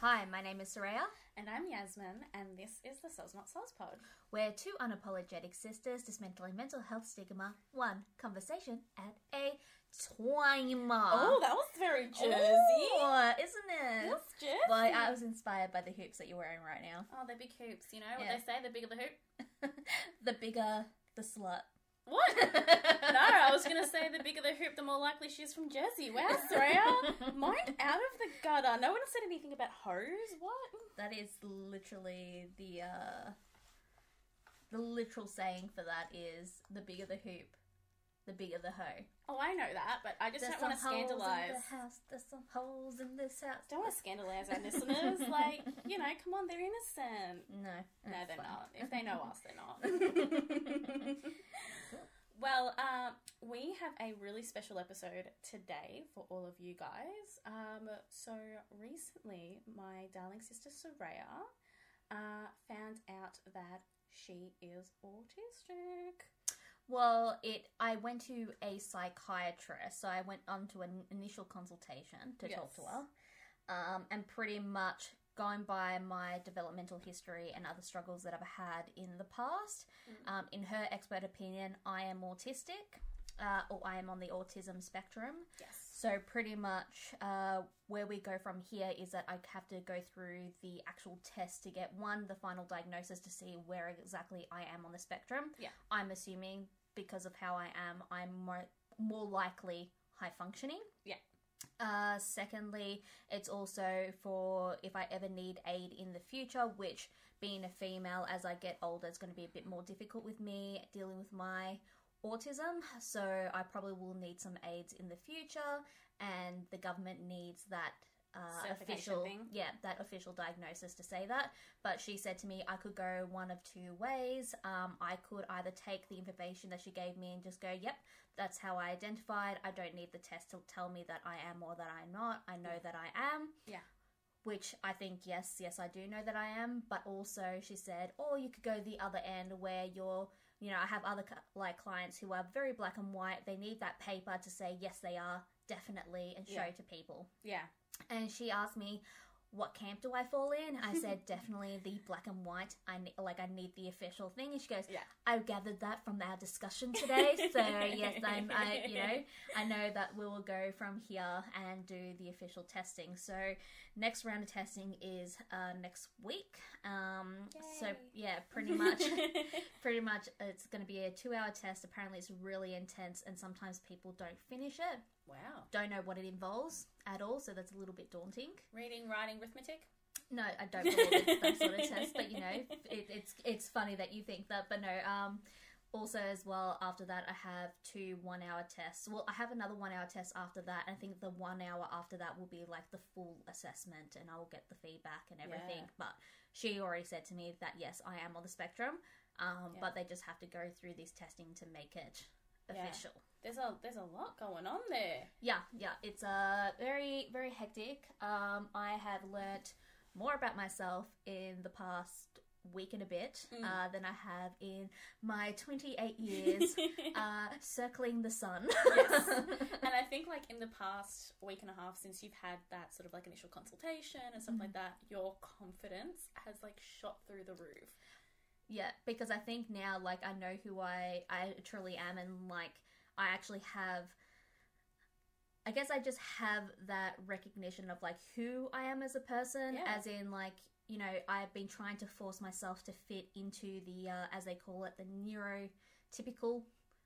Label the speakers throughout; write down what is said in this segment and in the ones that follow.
Speaker 1: Hi, my name is Soraya.
Speaker 2: And I'm Yasmin, and this is the Souls Not Souls Pod.
Speaker 1: We're two unapologetic sisters dismantling mental health stigma, one conversation at a time.
Speaker 2: Oh, that was very Jersey.
Speaker 1: Ooh, isn't it?
Speaker 2: That's Jersey.
Speaker 1: Boy, I was inspired by the hoops that you're wearing right now.
Speaker 2: Oh, they're big hoops, you know what
Speaker 1: Yeah.
Speaker 2: they say, the bigger the hoop.
Speaker 1: the bigger the slut.
Speaker 2: What? no, I was going to say the bigger the hoop, the more likely she's from Jersey. Wow, Soraya. Mind out of the gutter. No one said anything about hoes. What?
Speaker 1: That is literally the uh, the literal saying for that is the bigger the hoop, the bigger the hoe.
Speaker 2: Oh, I know that, but I just don't want to
Speaker 1: in the
Speaker 2: scandalise.
Speaker 1: house. There's some holes in this house.
Speaker 2: Don't want to scandalise our listeners. Like, you know, come on, they're innocent.
Speaker 1: No,
Speaker 2: No,
Speaker 1: that's
Speaker 2: they're
Speaker 1: fine.
Speaker 2: not. If they know us, they're not. well, um, we have a really special episode today for all of you guys. Um, so recently, my darling sister Soraya uh, found out that she is autistic.
Speaker 1: Well, it. I went to a psychiatrist, so I went on to an initial consultation to talk
Speaker 2: Yes.
Speaker 1: to her, um, and pretty much going by my developmental history and other struggles that I've had in the past. Um, in her expert opinion, I am autistic, uh, or I am on the autism spectrum.
Speaker 2: Yes.
Speaker 1: So pretty much, uh, where we go from here is that I have to go through the actual test to get one the final diagnosis to see where exactly I am on the spectrum.
Speaker 2: Yeah.
Speaker 1: I'm assuming because of how I am, I'm more, more likely high functioning.
Speaker 2: Yeah.
Speaker 1: Uh, secondly, it's also for if I ever need aid in the future, which being a female as I get older is going to be a bit more difficult with me dealing with my autism. So I probably will need some aids in the future, and the government needs that. Uh,
Speaker 2: Certification
Speaker 1: official,
Speaker 2: thing.
Speaker 1: yeah, that official diagnosis to say that. But she said to me, I could go one of two ways. Um, I could either take the information that she gave me and just go, "Yep, that's how I identified. I don't need the test to tell me that I am or that I'm not. I know that I am.
Speaker 2: Yeah.
Speaker 1: Which I think, yes, yes, I do know that I am. But also, she said, or you could go the other end where you're, you know, I have other cl- like clients who are very black and white. They need that paper to say, yes, they are, definitely, and show
Speaker 2: Yeah.
Speaker 1: to people.
Speaker 2: Yeah.
Speaker 1: And she asked me, what camp do I fall in? I said, definitely the black and white. I ne- like, I need the official thing. And she goes,
Speaker 2: Yeah.
Speaker 1: I gathered that from our discussion today. So yes, I'm, I, you know, I know that we will go from here and do the official testing. So next round of testing is uh, next week. Um, so
Speaker 2: Yay.
Speaker 1: yeah, pretty much, pretty much, it's going to be a two-hour test. Apparently, it's really intense, and sometimes people don't finish it,
Speaker 2: Wow.
Speaker 1: don't know what it involves at all. So that's a little bit daunting.
Speaker 2: Reading, writing, arithmetic.
Speaker 1: No, I don't believe it's those sort of tests, but you know, it, it's it's funny that you think that. But no, um, also as well after that, I have two one hour tests. Well, I have another one hour test after that. And I think the one hour after that will be like the full assessment, and I will get the feedback and everything.
Speaker 2: Yeah.
Speaker 1: But she already said to me that yes, I am on the spectrum, um,
Speaker 2: Yeah.
Speaker 1: but they just have to go through this testing to make it
Speaker 2: Yeah.
Speaker 1: official.
Speaker 2: There's a there's a lot going on there.
Speaker 1: Yeah, yeah, it's uh, very, very hectic. Um, I have learnt more about myself in the past week and a bit uh, than I have in my 28 years uh, circling the sun.
Speaker 2: and I think like in the past week and a half since you've had that sort of like initial consultation and stuff like that, your confidence has like shot through the roof.
Speaker 1: yeah, because I think now, like, I know who I, I truly am, and like, I actually have. I guess I just have that recognition of like who I am as a person,
Speaker 2: Yeah.
Speaker 1: as in like you know I've been trying to force myself to fit into the uh, as they call it the neurotypical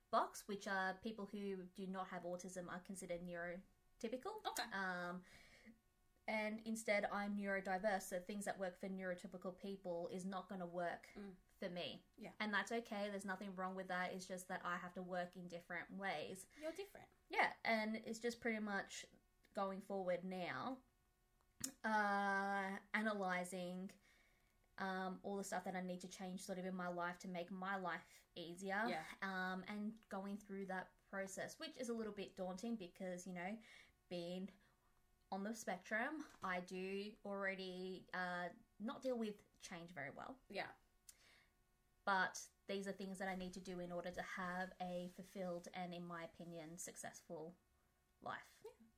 Speaker 1: box, which are people who do not have autism are considered neurotypical.
Speaker 2: Okay.
Speaker 1: Um, and instead, I'm neurodiverse, so things that work for neurotypical people is not going to work for me.
Speaker 2: Mm. Yeah.
Speaker 1: And that's okay. There's nothing wrong with that. It's just that I have to work in different ways.
Speaker 2: You're different.
Speaker 1: Yeah. And it's just pretty much going forward now, uh, analyzing um, all the stuff that I need to change sort of in my life to make my life easier.
Speaker 2: Yeah.
Speaker 1: Um, and going through that process, which is a little bit daunting because, you know, being on the spectrum, I do already uh, not deal with change very well.
Speaker 2: Yeah.
Speaker 1: But these are things that I need to do in order to have a fulfilled and, in my opinion, successful life.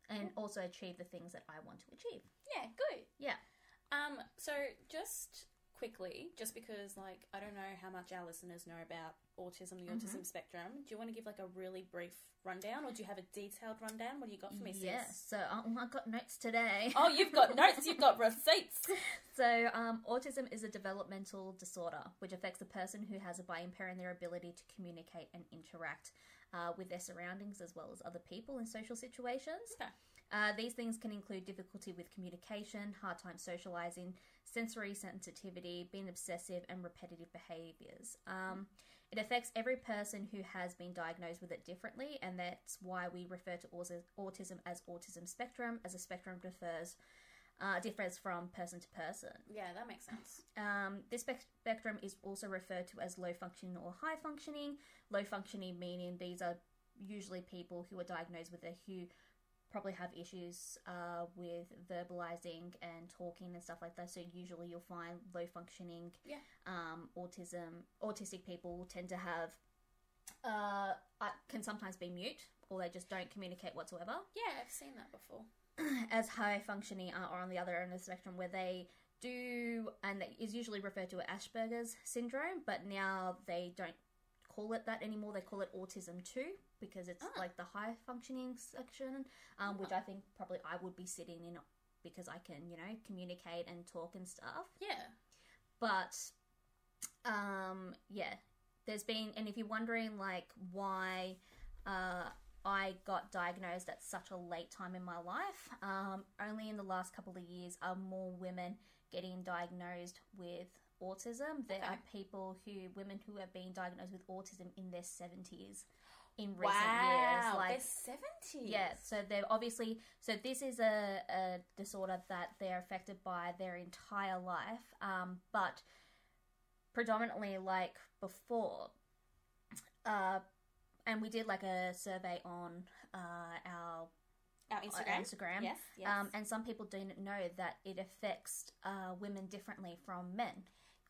Speaker 1: And also achieve the things that I want to achieve.
Speaker 2: Yeah, good.
Speaker 1: Yeah.
Speaker 2: Um, so just quickly, just because like I don't know how much our listeners know about autism, the autism spectrum. Do you want to give like a really brief rundown, or do you have a detailed rundown? What do you got for me, sis?
Speaker 1: Yes, so um, I've got notes today.
Speaker 2: Oh, you've got notes. You've got receipts.
Speaker 1: So, um, autism is a developmental disorder which affects a person who has a brain impair in their ability to communicate and interact uh, with their surroundings as well as other people in social situations.
Speaker 2: Okay.
Speaker 1: Uh, these things can include difficulty with communication, hard time socializing, sensory sensitivity, being obsessive, and repetitive behaviors. Um, it affects every person who has been diagnosed with it differently, and that's why we refer to autis- autism as autism spectrum, as a spectrum differs uh, differs from person to person.
Speaker 2: Yeah, that makes sense.
Speaker 1: Um, this spec- spectrum is also referred to as low functioning or high functioning. Low functioning meaning these are usually people who are diagnosed with it who probably have issues uh, with verbalizing and talking and stuff like that. So usually you'll find low functioning
Speaker 2: Yeah.
Speaker 1: um, autism. Autistic people tend to have uh, uh, can sometimes be mute or they just don't communicate whatsoever
Speaker 2: Yeah, I've seen that before.
Speaker 1: as high functioning are are on the other end of the spectrum where they do and that is usually referred to as Asperger's syndrome, but now they don't call it that anymore. They call it autism too because it's
Speaker 2: Ah.
Speaker 1: like the high functioning section, um, which I think probably I would be sitting in because I can you know communicate and talk and stuff.
Speaker 2: Yeah.
Speaker 1: But um, yeah, there's been, and if you're wondering like why uh, I got diagnosed at such a late time in my life, um, only in the last couple of years are more women getting diagnosed with autism. There are
Speaker 2: Okay.
Speaker 1: people who, women who have been diagnosed with autism in their 70s in recent years.
Speaker 2: Wow.
Speaker 1: Like,
Speaker 2: they're seventy.
Speaker 1: yeah, so they're obviously so this is a, a disorder that they're affected by their entire life, um, but predominantly like before. Uh, and we did like a survey on uh, our
Speaker 2: Our
Speaker 1: on
Speaker 2: Instagram.
Speaker 1: Instagram.
Speaker 2: Yes. Yes.
Speaker 1: Um, and some people didn't know that it affects uh, women differently from men.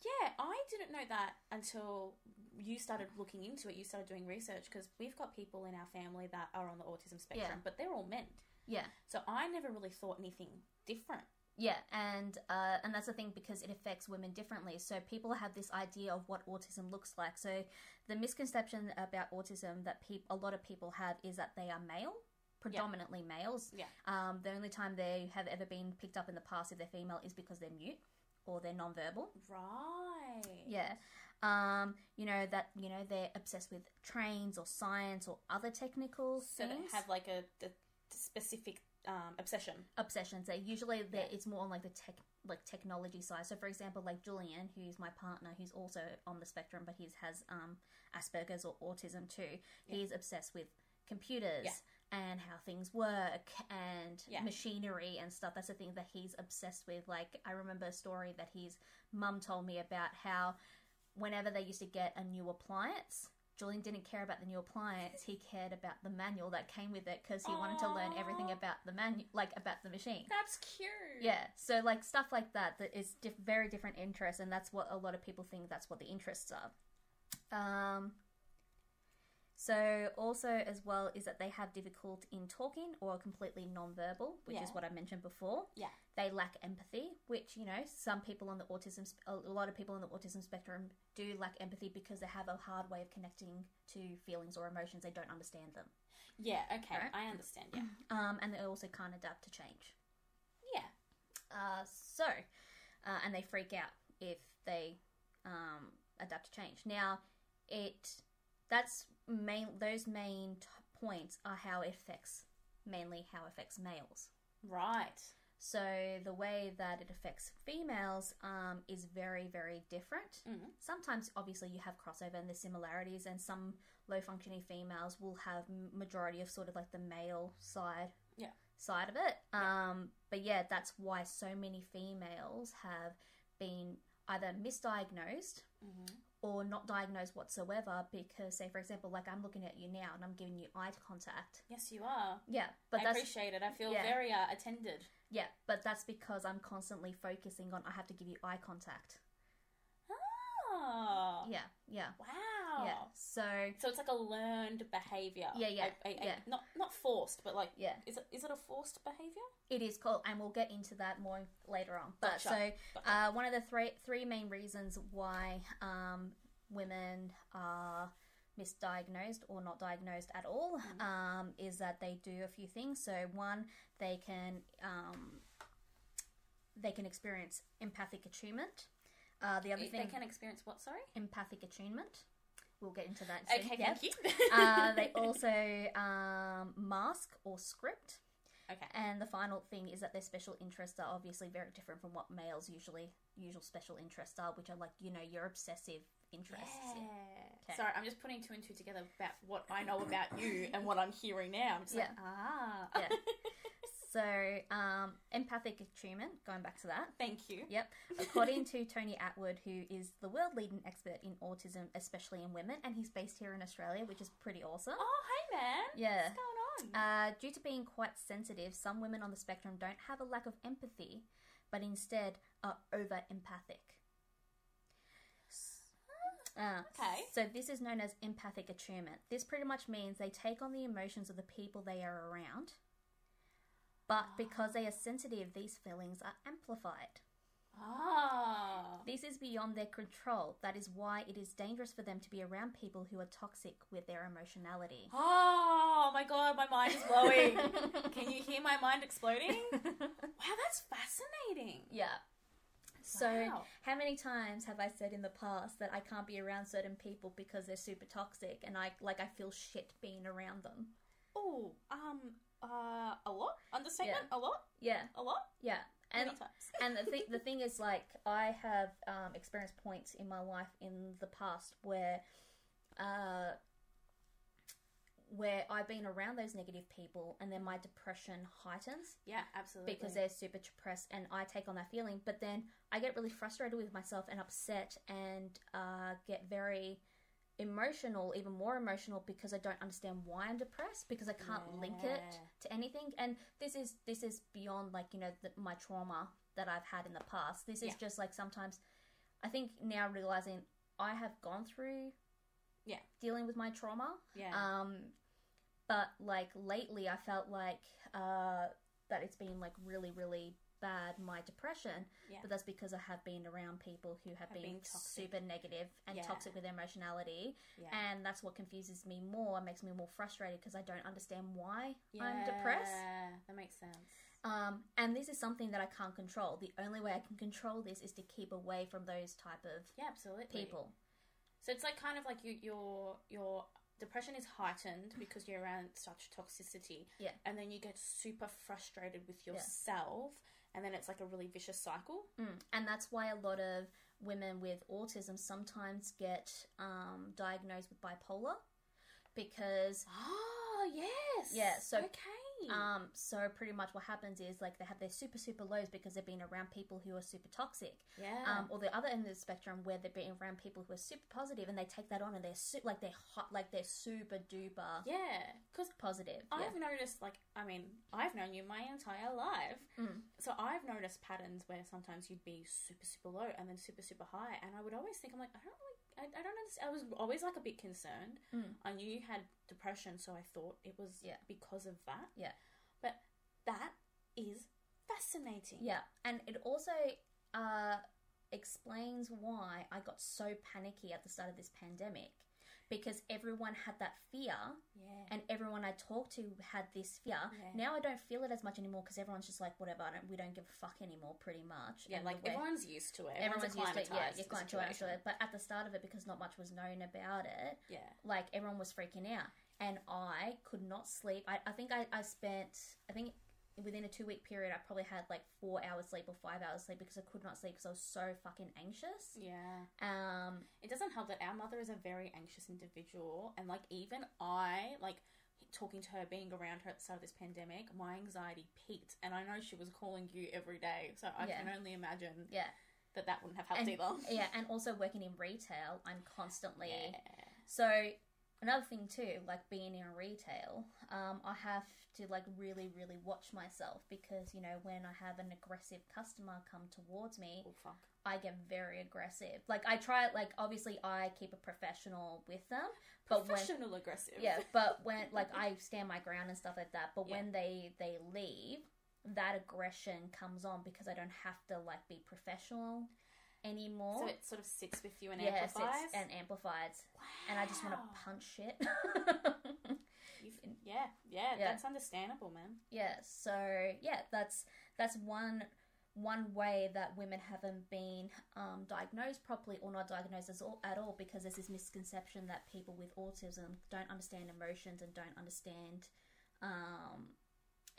Speaker 2: Yeah, I didn't know that until you started looking into it. You started doing research because we've got people in our family that are on the autism spectrum,
Speaker 1: Yeah.
Speaker 2: but they're all men.
Speaker 1: Yeah.
Speaker 2: So I never really thought anything different.
Speaker 1: Yeah, and uh, and that's the thing because it affects women differently. So people have this idea of what autism looks like. So the misconception about autism that peop- a lot of people have is that they are male, predominantly males.
Speaker 2: Yeah.
Speaker 1: Um, the only time they have ever been picked up in the past if they're female is because they're mute or they're nonverbal.
Speaker 2: Right.
Speaker 1: Yeah. Um, you know that you know they're obsessed with trains or science or other technical
Speaker 2: So
Speaker 1: things.
Speaker 2: they have like a, d- specific um, obsession.
Speaker 1: obsessions. They usually they
Speaker 2: Yeah.
Speaker 1: it's more on like the tech like technology side. So for example, like Julian, who's my partner, who's also on the spectrum, but he has um, Asperger's or autism too. He's obsessed with computers.
Speaker 2: Yeah.
Speaker 1: And how things work and
Speaker 2: Yeah.
Speaker 1: machinery and stuff. That's the thing that he's obsessed with. Like, I remember a story that his mum told me about how whenever they used to get a new appliance, Julian didn't care about the new appliance. He cared about the manual that came with it because he wanted to learn everything
Speaker 2: Aw.
Speaker 1: about the manu- like about the machine.
Speaker 2: That's cute.
Speaker 1: Yeah, so like stuff like that that is diff- very different interests, and that's what a lot of people think. That's what the interests are. Um. So also as well is that they have difficulty in talking or are completely nonverbal, which is
Speaker 2: Yeah.
Speaker 1: what I mentioned before.
Speaker 2: Yeah.
Speaker 1: They lack empathy, which you know some people on the autism, sp- a lot of people on the autism spectrum do lack empathy because they have a hard way of connecting to feelings or emotions. They don't understand them,
Speaker 2: Yeah. Okay.
Speaker 1: Alright.
Speaker 2: I understand. Yeah.
Speaker 1: um, and they also can't adapt to change.
Speaker 2: Yeah.
Speaker 1: Uh, so, uh, and they freak out if they um, adapt to change. Now, it that's main those main t- points are how it affects mainly how it affects males.
Speaker 2: Right.
Speaker 1: So the way that it affects females um, is very very different.
Speaker 2: Mhm.
Speaker 1: Sometimes obviously you have crossover and there's similarities, and some low functioning females will have m- majority of sort of like the male side
Speaker 2: Yeah.
Speaker 1: side of it. Um, but yeah, that's why so many females have been either misdiagnosed
Speaker 2: hmm
Speaker 1: or not diagnosed whatsoever because say for example like I'm looking at you now and I'm giving you eye contact.
Speaker 2: Yes, you are.
Speaker 1: Yeah, but
Speaker 2: I
Speaker 1: that's
Speaker 2: appreciate it. I feel
Speaker 1: yeah.
Speaker 2: very uh, attended.
Speaker 1: yeah, but that's because I'm constantly focusing on I have to give you eye contact.
Speaker 2: Ah.
Speaker 1: Yeah, yeah.
Speaker 2: Wow. Wow.
Speaker 1: Yeah. So
Speaker 2: So it's like a learned behavior.
Speaker 1: Yeah, yeah,
Speaker 2: I, I, I-
Speaker 1: yeah.
Speaker 2: Not not forced, but like,
Speaker 1: yeah,
Speaker 2: is it is it a forced behavior?
Speaker 1: it is called, and we'll get into that more later on. But
Speaker 2: Gotcha.
Speaker 1: so
Speaker 2: But
Speaker 1: Uh, one of the three three main reasons why um, women are misdiagnosed or not diagnosed at all
Speaker 2: Mhm.
Speaker 1: um, is that they do a few things. So one, they can um, they can experience empathic attunement. Uh, the other
Speaker 2: they
Speaker 1: thing,
Speaker 2: can experience what? Sorry.
Speaker 1: empathic attunement. We'll get into that. soon.
Speaker 2: Okay,
Speaker 1: Yeah.
Speaker 2: thank you.
Speaker 1: uh, they also um, mask or script.
Speaker 2: okay.
Speaker 1: And the final thing is that their special interests are obviously very different from what males usually usual special interests are, which are like you know your obsessive interests. Okay.
Speaker 2: Sorry, I'm just putting two and two together about what I know about you and what I'm hearing now. I'm just like, ah.
Speaker 1: Yeah. So um, empathic attunement, going back to that.
Speaker 2: Thank you.
Speaker 1: Yep. According to Tony Atwood, who is the world leading expert in autism, especially in women, and he's based here in Australia, which is pretty awesome.
Speaker 2: Oh, hey, man.
Speaker 1: Yeah.
Speaker 2: What's going on?
Speaker 1: Uh, due to being quite sensitive, some women on the spectrum don't have a lack of empathy, but instead are over empathic. Uh,
Speaker 2: Ah, Okay.
Speaker 1: So this is known as empathic attunement. This pretty much means they take on the emotions of the people they are around, but because they are sensitive, these feelings are amplified.
Speaker 2: Ah.
Speaker 1: This is beyond their control. That is why it is dangerous for them to be around people who are toxic with their emotionality.
Speaker 2: Oh my god, my mind is blowing. Can you hear my mind exploding? Wow, that's fascinating.
Speaker 1: yeah. So,
Speaker 2: Wow.
Speaker 1: how many times have I said in the past that I can't be around certain people because they're super toxic and I like I feel shit being around them?
Speaker 2: Oh, um, uh, a lot? Understatement? A lot?
Speaker 1: Yeah,
Speaker 2: A lot?
Speaker 1: yeah. And
Speaker 2: Many times.
Speaker 1: and the thing the thing is like I have um, experienced points in my life in the past where uh, where I've been around those negative people and then my depression heightens
Speaker 2: yeah, absolutely.
Speaker 1: because they're super depressed and I take on that feeling. But then I get really frustrated with myself and upset and uh, get very emotional, even more emotional because I don't understand why I'm depressed because I can't link it
Speaker 2: Yeah.
Speaker 1: to anything. And this is this is beyond like you know the, my trauma that I've had in the past. This is
Speaker 2: Yeah.
Speaker 1: just like sometimes I think now realizing I have gone through
Speaker 2: Yeah.
Speaker 1: dealing with my trauma
Speaker 2: Yeah.
Speaker 1: um, but like lately, I felt like uh, that it's been like really, really bad my depression.
Speaker 2: Yeah.
Speaker 1: But that's because I have been around people who have,
Speaker 2: Have
Speaker 1: been,
Speaker 2: been toxic.
Speaker 1: super negative and
Speaker 2: Yeah.
Speaker 1: toxic with their emotionality,
Speaker 2: yeah.
Speaker 1: and that's what confuses me more and makes me more frustrated because I don't understand why I'm depressed.
Speaker 2: Yeah, That makes sense.
Speaker 1: Um, and this is something that I can't control. The only way I can control this is to keep away from those type of
Speaker 2: Yeah, absolutely.
Speaker 1: people.
Speaker 2: So it's like kind of like you, your your depression is heightened because you're around such toxicity.
Speaker 1: Yeah.
Speaker 2: And then you get super frustrated with
Speaker 1: Yeah.
Speaker 2: yourself, and then it's like a really vicious cycle.
Speaker 1: Mm. And that's why a lot of women with autism sometimes get um, diagnosed with bipolar because
Speaker 2: Oh yes.
Speaker 1: Yeah, so,
Speaker 2: okay.
Speaker 1: um, so pretty much what happens is like they have their super super lows because they've been around people who are super toxic
Speaker 2: yeah.
Speaker 1: um, or the other end of the spectrum where they're being around people who are super positive and they take that on and they're su- like they're hot like they're super duper
Speaker 2: yeah. Because
Speaker 1: positive yeah.
Speaker 2: I've noticed, like, I mean, I've known you my entire life.
Speaker 1: Mm.
Speaker 2: So I've noticed patterns where sometimes you'd be super, super low and then super, super high. And I would always think, I'm like, I don't really, I, I don't understand. I was always like a bit concerned.
Speaker 1: Mm.
Speaker 2: I knew you had depression, so I thought it was
Speaker 1: Yeah.
Speaker 2: because of that.
Speaker 1: Yeah.
Speaker 2: But that is fascinating.
Speaker 1: Yeah, and it also uh, explains why I got so panicky at the start of this pandemic because everyone had that fear
Speaker 2: Yeah.
Speaker 1: and everyone I talked to had this fear.
Speaker 2: Yeah.
Speaker 1: Now I don't feel it as much anymore because everyone's just like, whatever, I don't, we don't give a fuck anymore, pretty much.
Speaker 2: yeah,
Speaker 1: And
Speaker 2: like
Speaker 1: the way-
Speaker 2: everyone's used to it.
Speaker 1: Everyone's used to it, yeah,
Speaker 2: acclimatized
Speaker 1: you're
Speaker 2: the
Speaker 1: quite used to
Speaker 2: situation.
Speaker 1: it. But at the start of it, because not much was known about it,
Speaker 2: Yeah.
Speaker 1: like everyone was freaking out and i could not sleep i, I think I, I spent i think within a two week period i probably had like four hours sleep or five hours sleep because i could not sleep because i was so fucking anxious
Speaker 2: Yeah.
Speaker 1: um
Speaker 2: it doesn't help that our mother is a very anxious individual and like even i like talking to her being around her at the start of this pandemic my anxiety peaked and i know she was calling you every day so i
Speaker 1: Yeah.
Speaker 2: can only imagine
Speaker 1: yeah
Speaker 2: that that wouldn't have helped
Speaker 1: and,
Speaker 2: either
Speaker 1: yeah and also working in retail i'm constantly
Speaker 2: yeah.
Speaker 1: so another thing too, like being in retail, um, I have to like really, really watch myself because you know when I have an aggressive customer come towards me,
Speaker 2: Oh fuck.
Speaker 1: I get very aggressive. Like I try, like obviously I keep a professional with them, but when
Speaker 2: Professional aggressive.
Speaker 1: yeah, but when like I stand my ground and stuff like that. But when they they leave, that aggression comes on because I don't have to like be professional anymore.
Speaker 2: So it sort of sits with you and
Speaker 1: yes, it's-
Speaker 2: amplifies.
Speaker 1: and amplifies and I just want to
Speaker 2: Wow.
Speaker 1: punch shit.
Speaker 2: You've- yeah, yeah,
Speaker 1: Yeah.
Speaker 2: that's understandable, man.
Speaker 1: yeah, so yeah, that's that's one one way that women haven't been um, diagnosed properly or not diagnosed as all, at all because there's this misconception that people with autism don't understand emotions and don't understand um,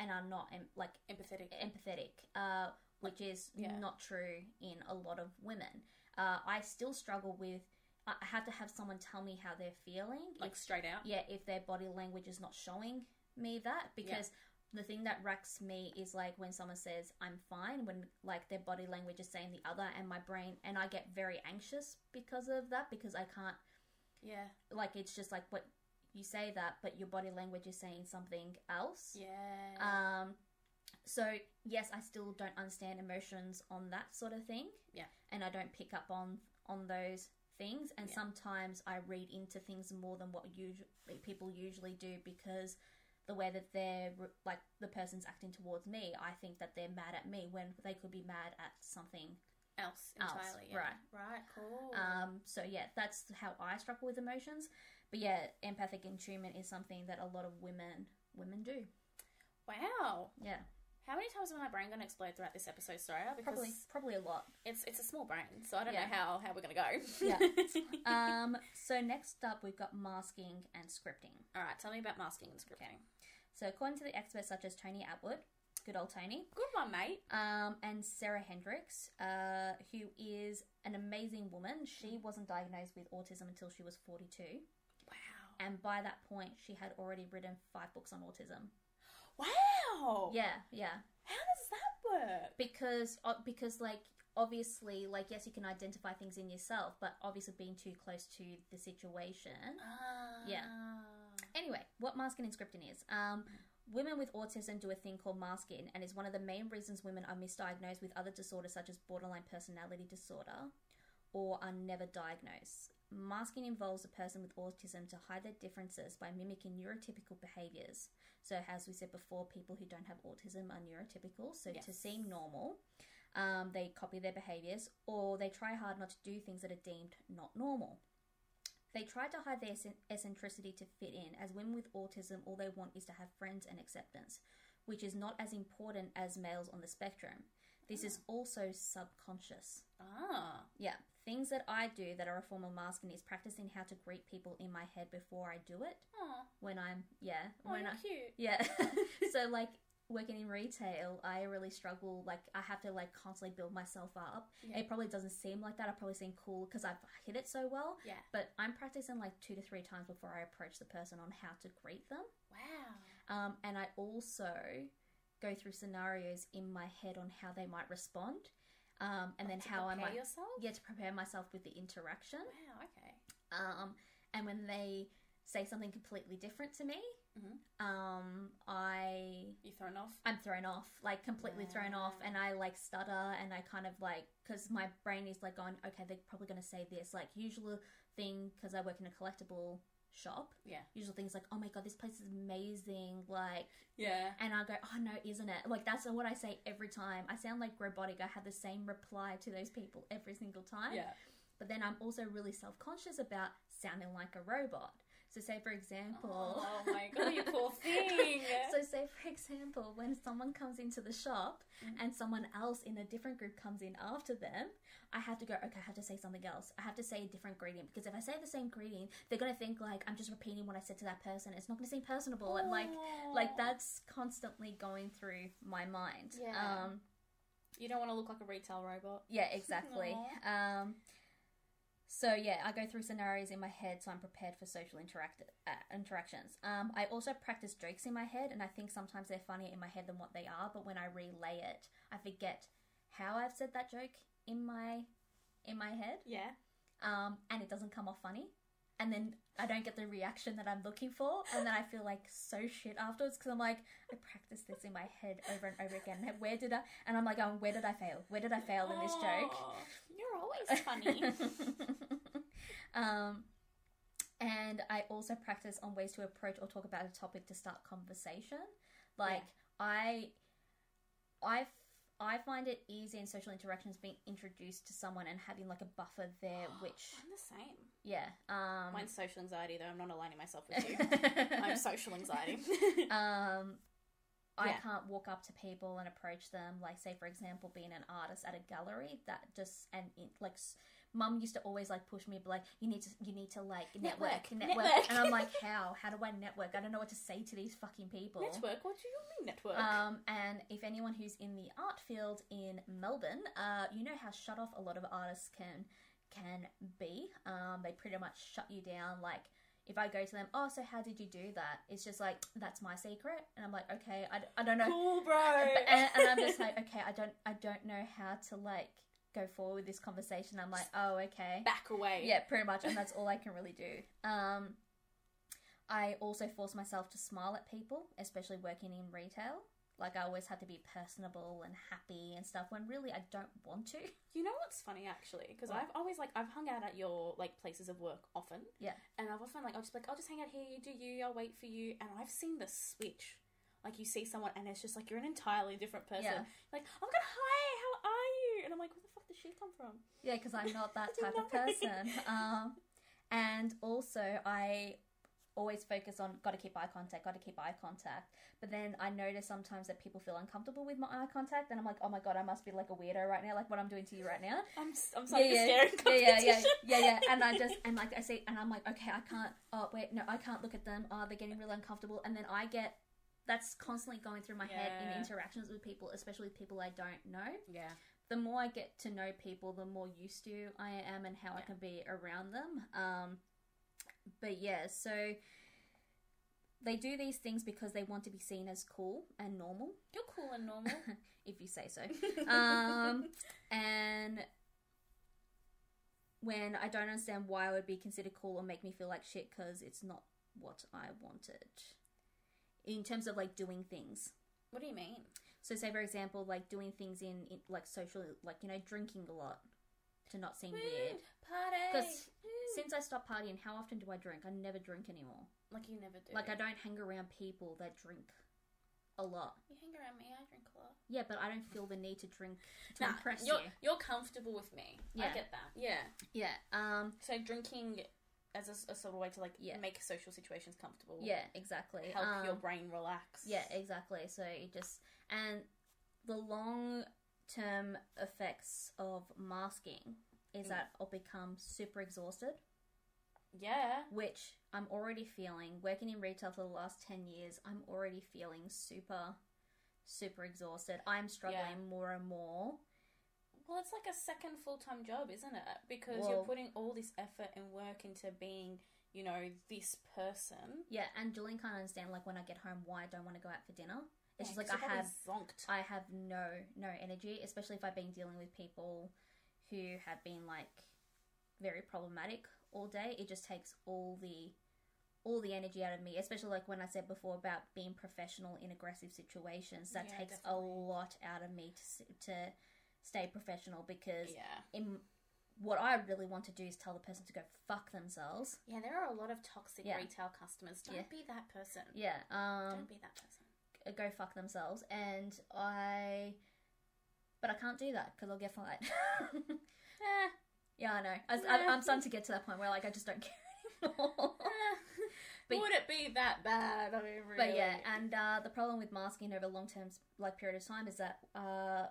Speaker 1: and are not em- like
Speaker 2: Empathetic.
Speaker 1: empathetic, uh, which is
Speaker 2: yeah.
Speaker 1: not true in a lot of women. Uh, I still struggle with. I I have to have someone tell me how they're feeling.
Speaker 2: like straight out.
Speaker 1: yeah, if their body language is not showing me that because the thing that racks me is like when someone says I'm fine when like their body language is saying the other and my brain and I get very anxious because of that because I can't
Speaker 2: Yeah.
Speaker 1: like it's just like what you say that but your body language is saying something else.
Speaker 2: Yeah.
Speaker 1: Um, so yes, I still don't understand emotions on that sort of thing.
Speaker 2: Yeah.
Speaker 1: and I don't pick up on on those things. And
Speaker 2: Yeah.
Speaker 1: sometimes I read into things more than what usually people usually do because the way that they're re- like the person's acting towards me, I think that they're mad at me when they could be mad at something.
Speaker 2: else
Speaker 1: else,
Speaker 2: entirely. yeah.
Speaker 1: right.
Speaker 2: Right, cool.
Speaker 1: Um, so yeah, that's how I struggle with emotions. But yeah, empathic attunement is something that a lot of women women do.
Speaker 2: wow.
Speaker 1: Yeah,
Speaker 2: How many times is my brain going to explode throughout this episode, Soraya? Because
Speaker 1: probably probably a lot.
Speaker 2: it's it's a small brain, so I don't
Speaker 1: Yeah.
Speaker 2: know how, how we're going to go.
Speaker 1: Yeah. um, so next up, we've got masking and scripting.
Speaker 2: All right, tell me about masking and scripting.
Speaker 1: So according to the experts such as Tony Atwood, good old Tony,
Speaker 2: Good one, mate.
Speaker 1: um, and Sarah Hendricks, uh, who is an amazing woman. She wasn't diagnosed with autism until she was 42,
Speaker 2: Wow.
Speaker 1: and by that point, she had already written five books on autism.
Speaker 2: Wow.
Speaker 1: Yeah, yeah,
Speaker 2: How does that work?
Speaker 1: because uh, because like obviously like yes you can identify things in yourself but obviously being too close to the situation Yeah. Anyway, what masking and scripting is. Um, women with autism do a thing called masking, and is one of the main reasons women are misdiagnosed with other disorders such as borderline personality disorder or are never diagnosed. Masking involves a person with autism to hide their differences by mimicking neurotypical behaviors. So, as we said before, people who don't have autism are neurotypical, so to
Speaker 2: Yes.
Speaker 1: seem normal, um, they copy their behaviors or they try hard not to do things that are deemed not normal. They try to hide their eccen- eccentricity to fit in, as women with autism, all they want is to have friends and acceptance, which is not as important as males on the spectrum. This is also subconscious.
Speaker 2: Ah.
Speaker 1: Yeah, things that I do that are a form of masking is practicing how to greet people in my head before I do it.
Speaker 2: Aw.
Speaker 1: When I'm, yeah,
Speaker 2: Oh,
Speaker 1: when
Speaker 2: you're
Speaker 1: I,
Speaker 2: cute.
Speaker 1: yeah. so like working in retail, I really struggle. Like I have to like constantly build myself up.
Speaker 2: Yeah.
Speaker 1: It probably doesn't seem like that. I probably seem cool because I've hit it so well.
Speaker 2: Yeah.
Speaker 1: But I'm practicing like two to three times before I approach the person on how to greet them.
Speaker 2: Wow.
Speaker 1: Um, and I also go through scenarios in my head on how they might respond, um, and then
Speaker 2: To
Speaker 1: how I
Speaker 2: prepare
Speaker 1: might
Speaker 2: yourself?
Speaker 1: yeah to prepare myself with the interaction.
Speaker 2: Wow, okay.
Speaker 1: Um, and when they say something completely different to me,
Speaker 2: Mhm.
Speaker 1: um, I
Speaker 2: You thrown off?
Speaker 1: I'm thrown off, like completely thrown off,
Speaker 2: Wow.
Speaker 1: and I like stutter and I kind of like because my brain is like going, okay, they're probably going to say this, like usual thing because I work in a collectible shop.
Speaker 2: Yeah.
Speaker 1: Usual things like, oh my god, this place is amazing, like,
Speaker 2: Yeah.
Speaker 1: and I go, oh no, isn't it? Like that's what I say every time. I sound like robotic. I have the same reply to those people every single time.
Speaker 2: Yeah.
Speaker 1: But then I'm also really self conscious about sounding like a robot. So, say for example.
Speaker 2: Oh my god, you poor thing.
Speaker 1: so, say for example, when someone comes into the shop
Speaker 2: Mhm.
Speaker 1: and someone else in a different group comes in after them, I have to go, okay, I have to say something else. I have to say a different greeting because if I say the same greeting, they're going to think like I'm just repeating what I said to that person. It's not going to seem personable. And like, like
Speaker 2: Oh.
Speaker 1: that's constantly going through my mind.
Speaker 2: Yeah.
Speaker 1: Um,
Speaker 2: You don't want to look like a retail robot.
Speaker 1: yeah, exactly. Um, so yeah, I go through scenarios in my head so I'm prepared for social interact- uh, interactions. Um, I also practice jokes in my head, and I think sometimes they're funnier in my head than what they are. But when I relay it, I forget how I've said that joke in my in my head,
Speaker 2: Yeah.
Speaker 1: um, and it doesn't come off funny. and then I don't get the reaction that I'm looking for, and then I feel like so shit afterwards because I'm like, I practiced this in my head over and over again. and Where did I? And I'm like, oh, where did I fail? Where did I fail in this joke?
Speaker 2: Aw, You're always funny.
Speaker 1: um, and I also practice on ways to approach or talk about a topic to start conversation. Like I, I, f- I find it easy in social interactions being introduced to someone and having like a buffer there, which
Speaker 2: I'm the same.
Speaker 1: yeah. Um,
Speaker 2: Mine's social anxiety, though. I'm not aligning myself with you. I'm social anxiety.
Speaker 1: um, I
Speaker 2: Yeah.
Speaker 1: can't walk up to people and approach them. Like, say, for example, being an artist at a gallery, that just and it, like, s- mum used to always like push me, be like, you need to, you need to like network,
Speaker 2: Network,
Speaker 1: network,
Speaker 2: network.
Speaker 1: and I'm like, how? How do I network? I don't know what to say to these fucking people.
Speaker 2: network? What do you mean network?
Speaker 1: Um, and if anyone who's in the art field in Melbourne, uh, you know how shut off a lot of artists can can be. Um, they pretty much shut you down. Like if I go to them, oh, so how did you do that? It's just like that's my secret, and I'm like, okay, I, d- I don't know.
Speaker 2: cool, bro.
Speaker 1: Uh, But- And, and I'm just like, okay, I don't I don't know how to like go forward with this conversation. I'm like, oh, okay.
Speaker 2: back away.
Speaker 1: Yeah, pretty much, and that's all I can really do. Um, I also force myself to smile at people, especially working in retail. Like I always had to be personable and happy and stuff when really I don't want to.
Speaker 2: You know what's funny actually? Because
Speaker 1: What?
Speaker 2: I've always like I've hung out at your like places of work often.
Speaker 1: Yeah.
Speaker 2: And I've often like I'll just be like I'll just hang out here. You do you. I'll wait for you. And I've seen the switch. Like you see someone and it's just like you're an entirely different person.
Speaker 1: Yeah.
Speaker 2: Like I'm gonna hi. How are you? And I'm like, where the fuck did she come from?
Speaker 1: Yeah, because I'm not that type of
Speaker 2: No.
Speaker 1: person. Um, and also I always focus on got to keep eye contact, got to keep eye contact. But then I notice sometimes that people feel uncomfortable with my eye contact, and I'm like, oh my god, I must be like a weirdo right now, like what I'm doing to you right now.
Speaker 2: I'm s- I'm starting
Speaker 1: yeah,
Speaker 2: to stare at
Speaker 1: yeah,
Speaker 2: competition.
Speaker 1: yeah, yeah, yeah. And I just and like I see and I'm like, okay, I can't. Oh wait, no, I can't look at them. Oh, they're getting really uncomfortable. And then I get that's constantly going through my head in
Speaker 2: Yeah.
Speaker 1: interactions with people, especially with people I don't know.
Speaker 2: yeah.
Speaker 1: The more I get to know people, the more used to I am and how I
Speaker 2: Yeah.
Speaker 1: can be around them. Um, but yeah, so they do these things because they want to be seen as cool and normal,
Speaker 2: You're cool and normal.
Speaker 1: if you say so um, and when I don't understand why I would be considered cool or make me feel like shit because it's not what I wanted. In terms of like doing things.
Speaker 2: what do you mean?
Speaker 1: So, say for example, like doing things in, in like social, like, you know, drinking a lot to not seem weird.
Speaker 2: Party.
Speaker 1: 'Cause Since I stopped partying, how often do I drink? I never drink anymore.
Speaker 2: like you never do.
Speaker 1: Like, I don't hang around people that drink a lot.
Speaker 2: You hang around me. I drink a lot.
Speaker 1: Yeah, but I don't feel the need to drink to
Speaker 2: Nah,
Speaker 1: impress
Speaker 2: you're
Speaker 1: you.
Speaker 2: you're comfortable with me.
Speaker 1: Yeah.
Speaker 2: I get that. Yeah.
Speaker 1: Yeah. Um,
Speaker 2: So drinking as a, s- a sort of way to like
Speaker 1: Yeah.
Speaker 2: make social situations comfortable.
Speaker 1: Yeah, exactly.
Speaker 2: Help your
Speaker 1: Um,
Speaker 2: brain relax.
Speaker 1: Yeah, exactly. So it just and the long term effects of masking is
Speaker 2: Mm.
Speaker 1: that I'll become super exhausted,
Speaker 2: yeah.
Speaker 1: which I'm already feeling. Working in retail for the last ten years, I'm already feeling super, super exhausted. I'm struggling more and more.
Speaker 2: Well, it's like a second full time job, isn't it? Because
Speaker 1: Well-
Speaker 2: you're putting all this effort and work into being, you know, this person.
Speaker 1: Yeah, and Julian can't understand like when I get home why I don't want to go out for dinner. It's
Speaker 2: Yeah,
Speaker 1: just like
Speaker 2: 'cause
Speaker 1: I
Speaker 2: you're
Speaker 1: have
Speaker 2: probably zonked.
Speaker 1: I have no no energy, especially if I've been dealing with people who have been like very problematic all day. It just takes all the all the energy out of me, especially like when I said before about being professional in aggressive situations. That
Speaker 2: Yeah,
Speaker 1: takes
Speaker 2: definitely.
Speaker 1: a lot out of me to s- to stay professional because
Speaker 2: Yeah.
Speaker 1: in what I really want to do is tell the person to go fuck themselves.
Speaker 2: Yeah, there are a lot of toxic
Speaker 1: Yeah.
Speaker 2: retail customers. Don't
Speaker 1: Yeah.
Speaker 2: be that person.
Speaker 1: Yeah. Um,
Speaker 2: Don't be that person.
Speaker 1: go fuck themselves and I but I can't do that because I'll get fired.
Speaker 2: Eh,
Speaker 1: yeah, I know. I, I, I'm starting to get to that point where like I just don't care anymore.
Speaker 2: eh.
Speaker 1: But-
Speaker 2: Would it be that bad? I mean, really.
Speaker 1: But yeah, and uh, the problem with masking over a long term like period of time is that uh,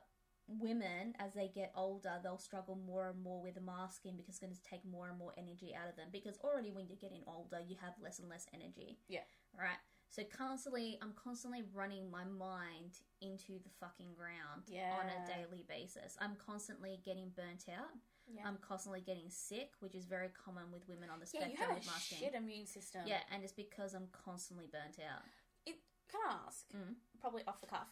Speaker 1: women, as they get older, they'll struggle more and more with the masking because it's going to take more and more energy out of them. Because already when you're getting older, you have less and less energy.
Speaker 2: Yeah.
Speaker 1: Right. So constantly, I'm constantly running my mind into the fucking ground on
Speaker 2: Yeah.
Speaker 1: a daily basis. I'm constantly getting burnt out.
Speaker 2: yeah.
Speaker 1: I'm constantly getting sick, which is very common with women on the
Speaker 2: yeah,
Speaker 1: spectrum
Speaker 2: you have a
Speaker 1: with masking.
Speaker 2: shit immune system.
Speaker 1: Yeah, and it's because I'm constantly burnt out.
Speaker 2: Can I ask?
Speaker 1: Mm.
Speaker 2: Probably off the cuff.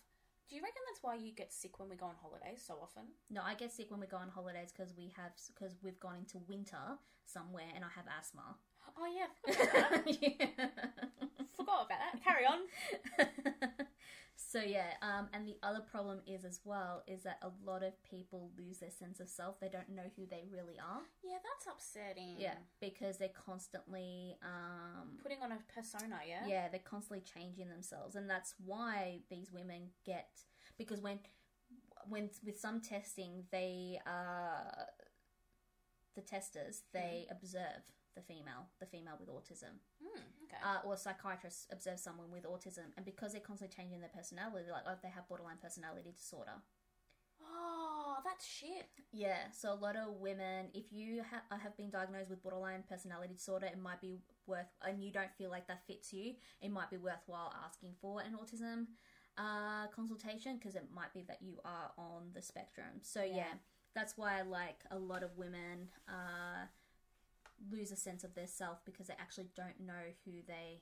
Speaker 2: Do you reckon that's why you get sick when we go on holidays so often?
Speaker 1: No, I get sick when we go on holidays because we have because we've gone into winter somewhere and I have asthma.
Speaker 2: Oh yeah, forgot about that. forgot about that. Carry on.
Speaker 1: so yeah, um, and the other problem is as well is that a lot of people lose their sense of self. They don't know who they really are.
Speaker 2: Yeah, that's upsetting.
Speaker 1: Yeah, because they're constantly um,
Speaker 2: Putting on a persona, yeah?
Speaker 1: yeah they're constantly changing themselves and that's why these women get because when when with some testing they uh the testers they observe the female the female with autism
Speaker 2: Hmm, okay.
Speaker 1: uh, or psychiatrists observe someone with autism and because they're constantly changing their personality like oh they have borderline personality disorder
Speaker 2: oh, that's shit.
Speaker 1: yeah so a lot of women if you ha- uh, have been diagnosed with borderline personality disorder it might be worth and you don't feel like that fits you it might be worthwhile asking for an autism uh, consultation because it might be that you are on the spectrum so yeah,
Speaker 2: Yeah.
Speaker 1: that's why like a lot of women uh, lose a sense of their self because they actually don't know who they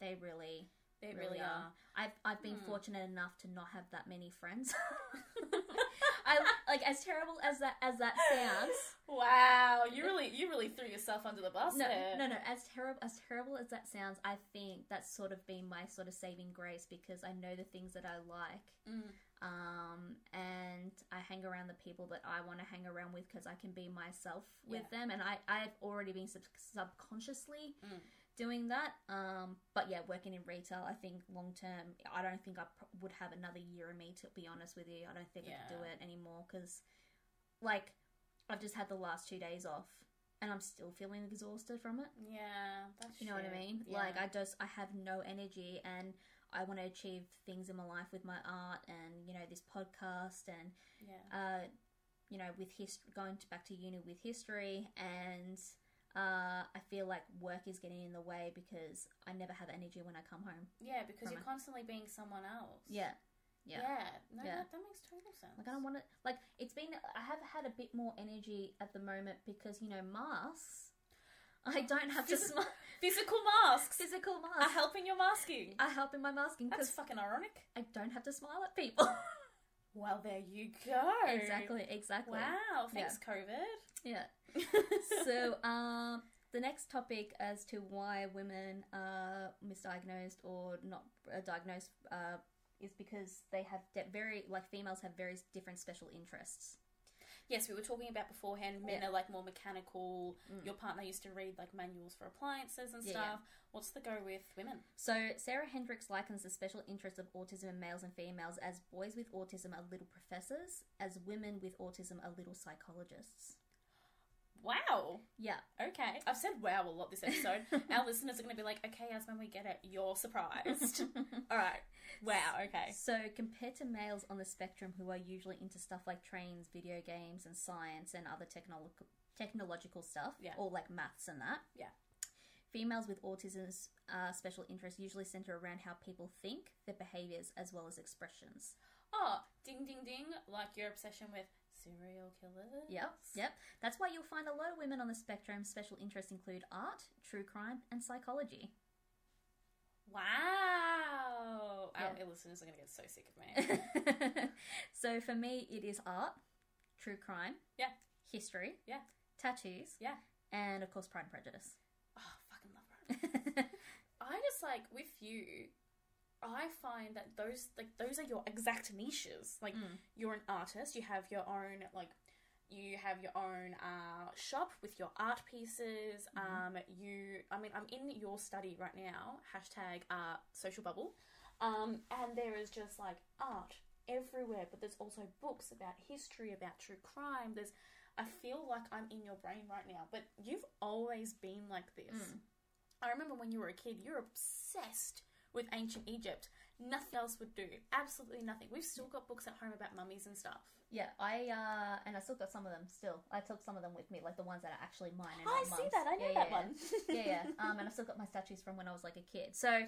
Speaker 1: they really
Speaker 2: They
Speaker 1: really are. I've I've been
Speaker 2: Hmm.
Speaker 1: fortunate enough to not have that many friends. I like as terrible as that as that sounds.
Speaker 2: Wow, you really you really threw yourself under the bus
Speaker 1: No,
Speaker 2: there.
Speaker 1: no, no. As terrible as terrible as that sounds, I think that's sort of been my sort of saving grace because I know the things that I like,
Speaker 2: Mm,
Speaker 1: um, and I hang around the people that I want to hang around with because I can be myself with them, and I I've already been sub- subconsciously
Speaker 2: Mm.
Speaker 1: doing that. Um, but yeah, working in retail, I think long term, I don't think I pro- would have another year in me to be honest with you. I don't think I could do
Speaker 2: Yeah.
Speaker 1: it anymore because, like, I've just had the last two days off, and I'm still feeling exhausted from it.
Speaker 2: yeah, that's
Speaker 1: You know what I
Speaker 2: shit.
Speaker 1: mean?
Speaker 2: Yeah.
Speaker 1: Like I just I have no energy and I want to achieve things in my life with my art and you know this podcast and
Speaker 2: yeah.
Speaker 1: uh, you know with history going to, back to uni with history and uh, I feel like work is getting in the way because I never have energy when I come home.
Speaker 2: Yeah, because
Speaker 1: from
Speaker 2: you're
Speaker 1: a-
Speaker 2: constantly being someone else.
Speaker 1: Yeah.
Speaker 2: Yeah.
Speaker 1: Yeah.
Speaker 2: No,
Speaker 1: Yeah.
Speaker 2: That, that makes total sense.
Speaker 1: Like I don't want to like it's been I have had a bit more energy at the moment because you know masks I don't have to
Speaker 2: Physi-
Speaker 1: smile
Speaker 2: Physical masks
Speaker 1: physical
Speaker 2: are
Speaker 1: masks.
Speaker 2: helping your masking.
Speaker 1: I help in my masking
Speaker 2: That's
Speaker 1: because
Speaker 2: fucking ironic.
Speaker 1: I don't have to smile at people.
Speaker 2: Well, there you go.
Speaker 1: exactly, exactly.
Speaker 2: Wow.
Speaker 1: Yeah.
Speaker 2: Thanks, COVID.
Speaker 1: Yeah. So, um, the next topic as to why women are misdiagnosed or not uh, diagnosed uh, is because they have de- very like females have very different special interests.
Speaker 2: yes, we were talking about beforehand. Men
Speaker 1: Yeah.
Speaker 2: are like more mechanical.
Speaker 1: Mm.
Speaker 2: Your partner used to read like manuals for appliances and
Speaker 1: Yeah,
Speaker 2: stuff.
Speaker 1: yeah.
Speaker 2: What's the go with women?
Speaker 1: So, Sarah Hendricks likens the special interests of autism in males and females as boys with autism are little professors, as women with autism are little psychologists.
Speaker 2: Wow.
Speaker 1: Yeah,
Speaker 2: Okay. I've said wow a lot this episode. Our listeners are going to be like, okay, as when we get it, you're surprised. All right. Wow. Okay.
Speaker 1: So, compared to males on the spectrum who are usually into stuff like trains, video games, and science and other technological technological stuff,
Speaker 2: Yeah.
Speaker 1: or like maths and that,
Speaker 2: Yeah.
Speaker 1: females with autism's uh, special interests usually center around how people think, their behaviors, as well as expressions.
Speaker 2: Oh, ding, ding, ding. Like your obsession with serial killers.
Speaker 1: Yep, yep. That's why you'll find a lot of women on the spectrum's special interests include art, true crime, and psychology.
Speaker 2: Wow.
Speaker 1: Yeah.
Speaker 2: Our listeners are going to get so sick of me. Oh,
Speaker 1: so for me, it is art, true crime,
Speaker 2: Yeah.
Speaker 1: history,
Speaker 2: Yeah.
Speaker 1: tattoos,
Speaker 2: Yeah.
Speaker 1: and of course Pride and Prejudice.
Speaker 2: oh, fucking love Roman. I just like with you. I find that those like those are your exact niches. Like
Speaker 1: Mm.
Speaker 2: you're an artist. You have your own like you have your own uh, shop with your art pieces.
Speaker 1: Mm-hmm.
Speaker 2: Um, you. I mean, I'm in your study right now. Hashtag uh, social bubble. Um, and there is just like art everywhere, but there's also books about history, about true crime. There's, I feel like I'm in your brain right now, but you've always been like this.
Speaker 1: Mm.
Speaker 2: I remember when you were a kid, you were obsessed with ancient Egypt. Nothing else would do. Absolutely nothing. We've still got books at home about mummies and stuff.
Speaker 1: yeah, I uh, and I still got some of them. Still, I took some of them with me, like the ones that are actually mine. And
Speaker 2: Oh, I
Speaker 1: not
Speaker 2: see
Speaker 1: mum's.
Speaker 2: that. I know
Speaker 1: Yeah,
Speaker 2: that
Speaker 1: yeah,
Speaker 2: one.
Speaker 1: yeah, yeah. Um, and I still got my statues from when I was like a kid. So.
Speaker 2: Yeah.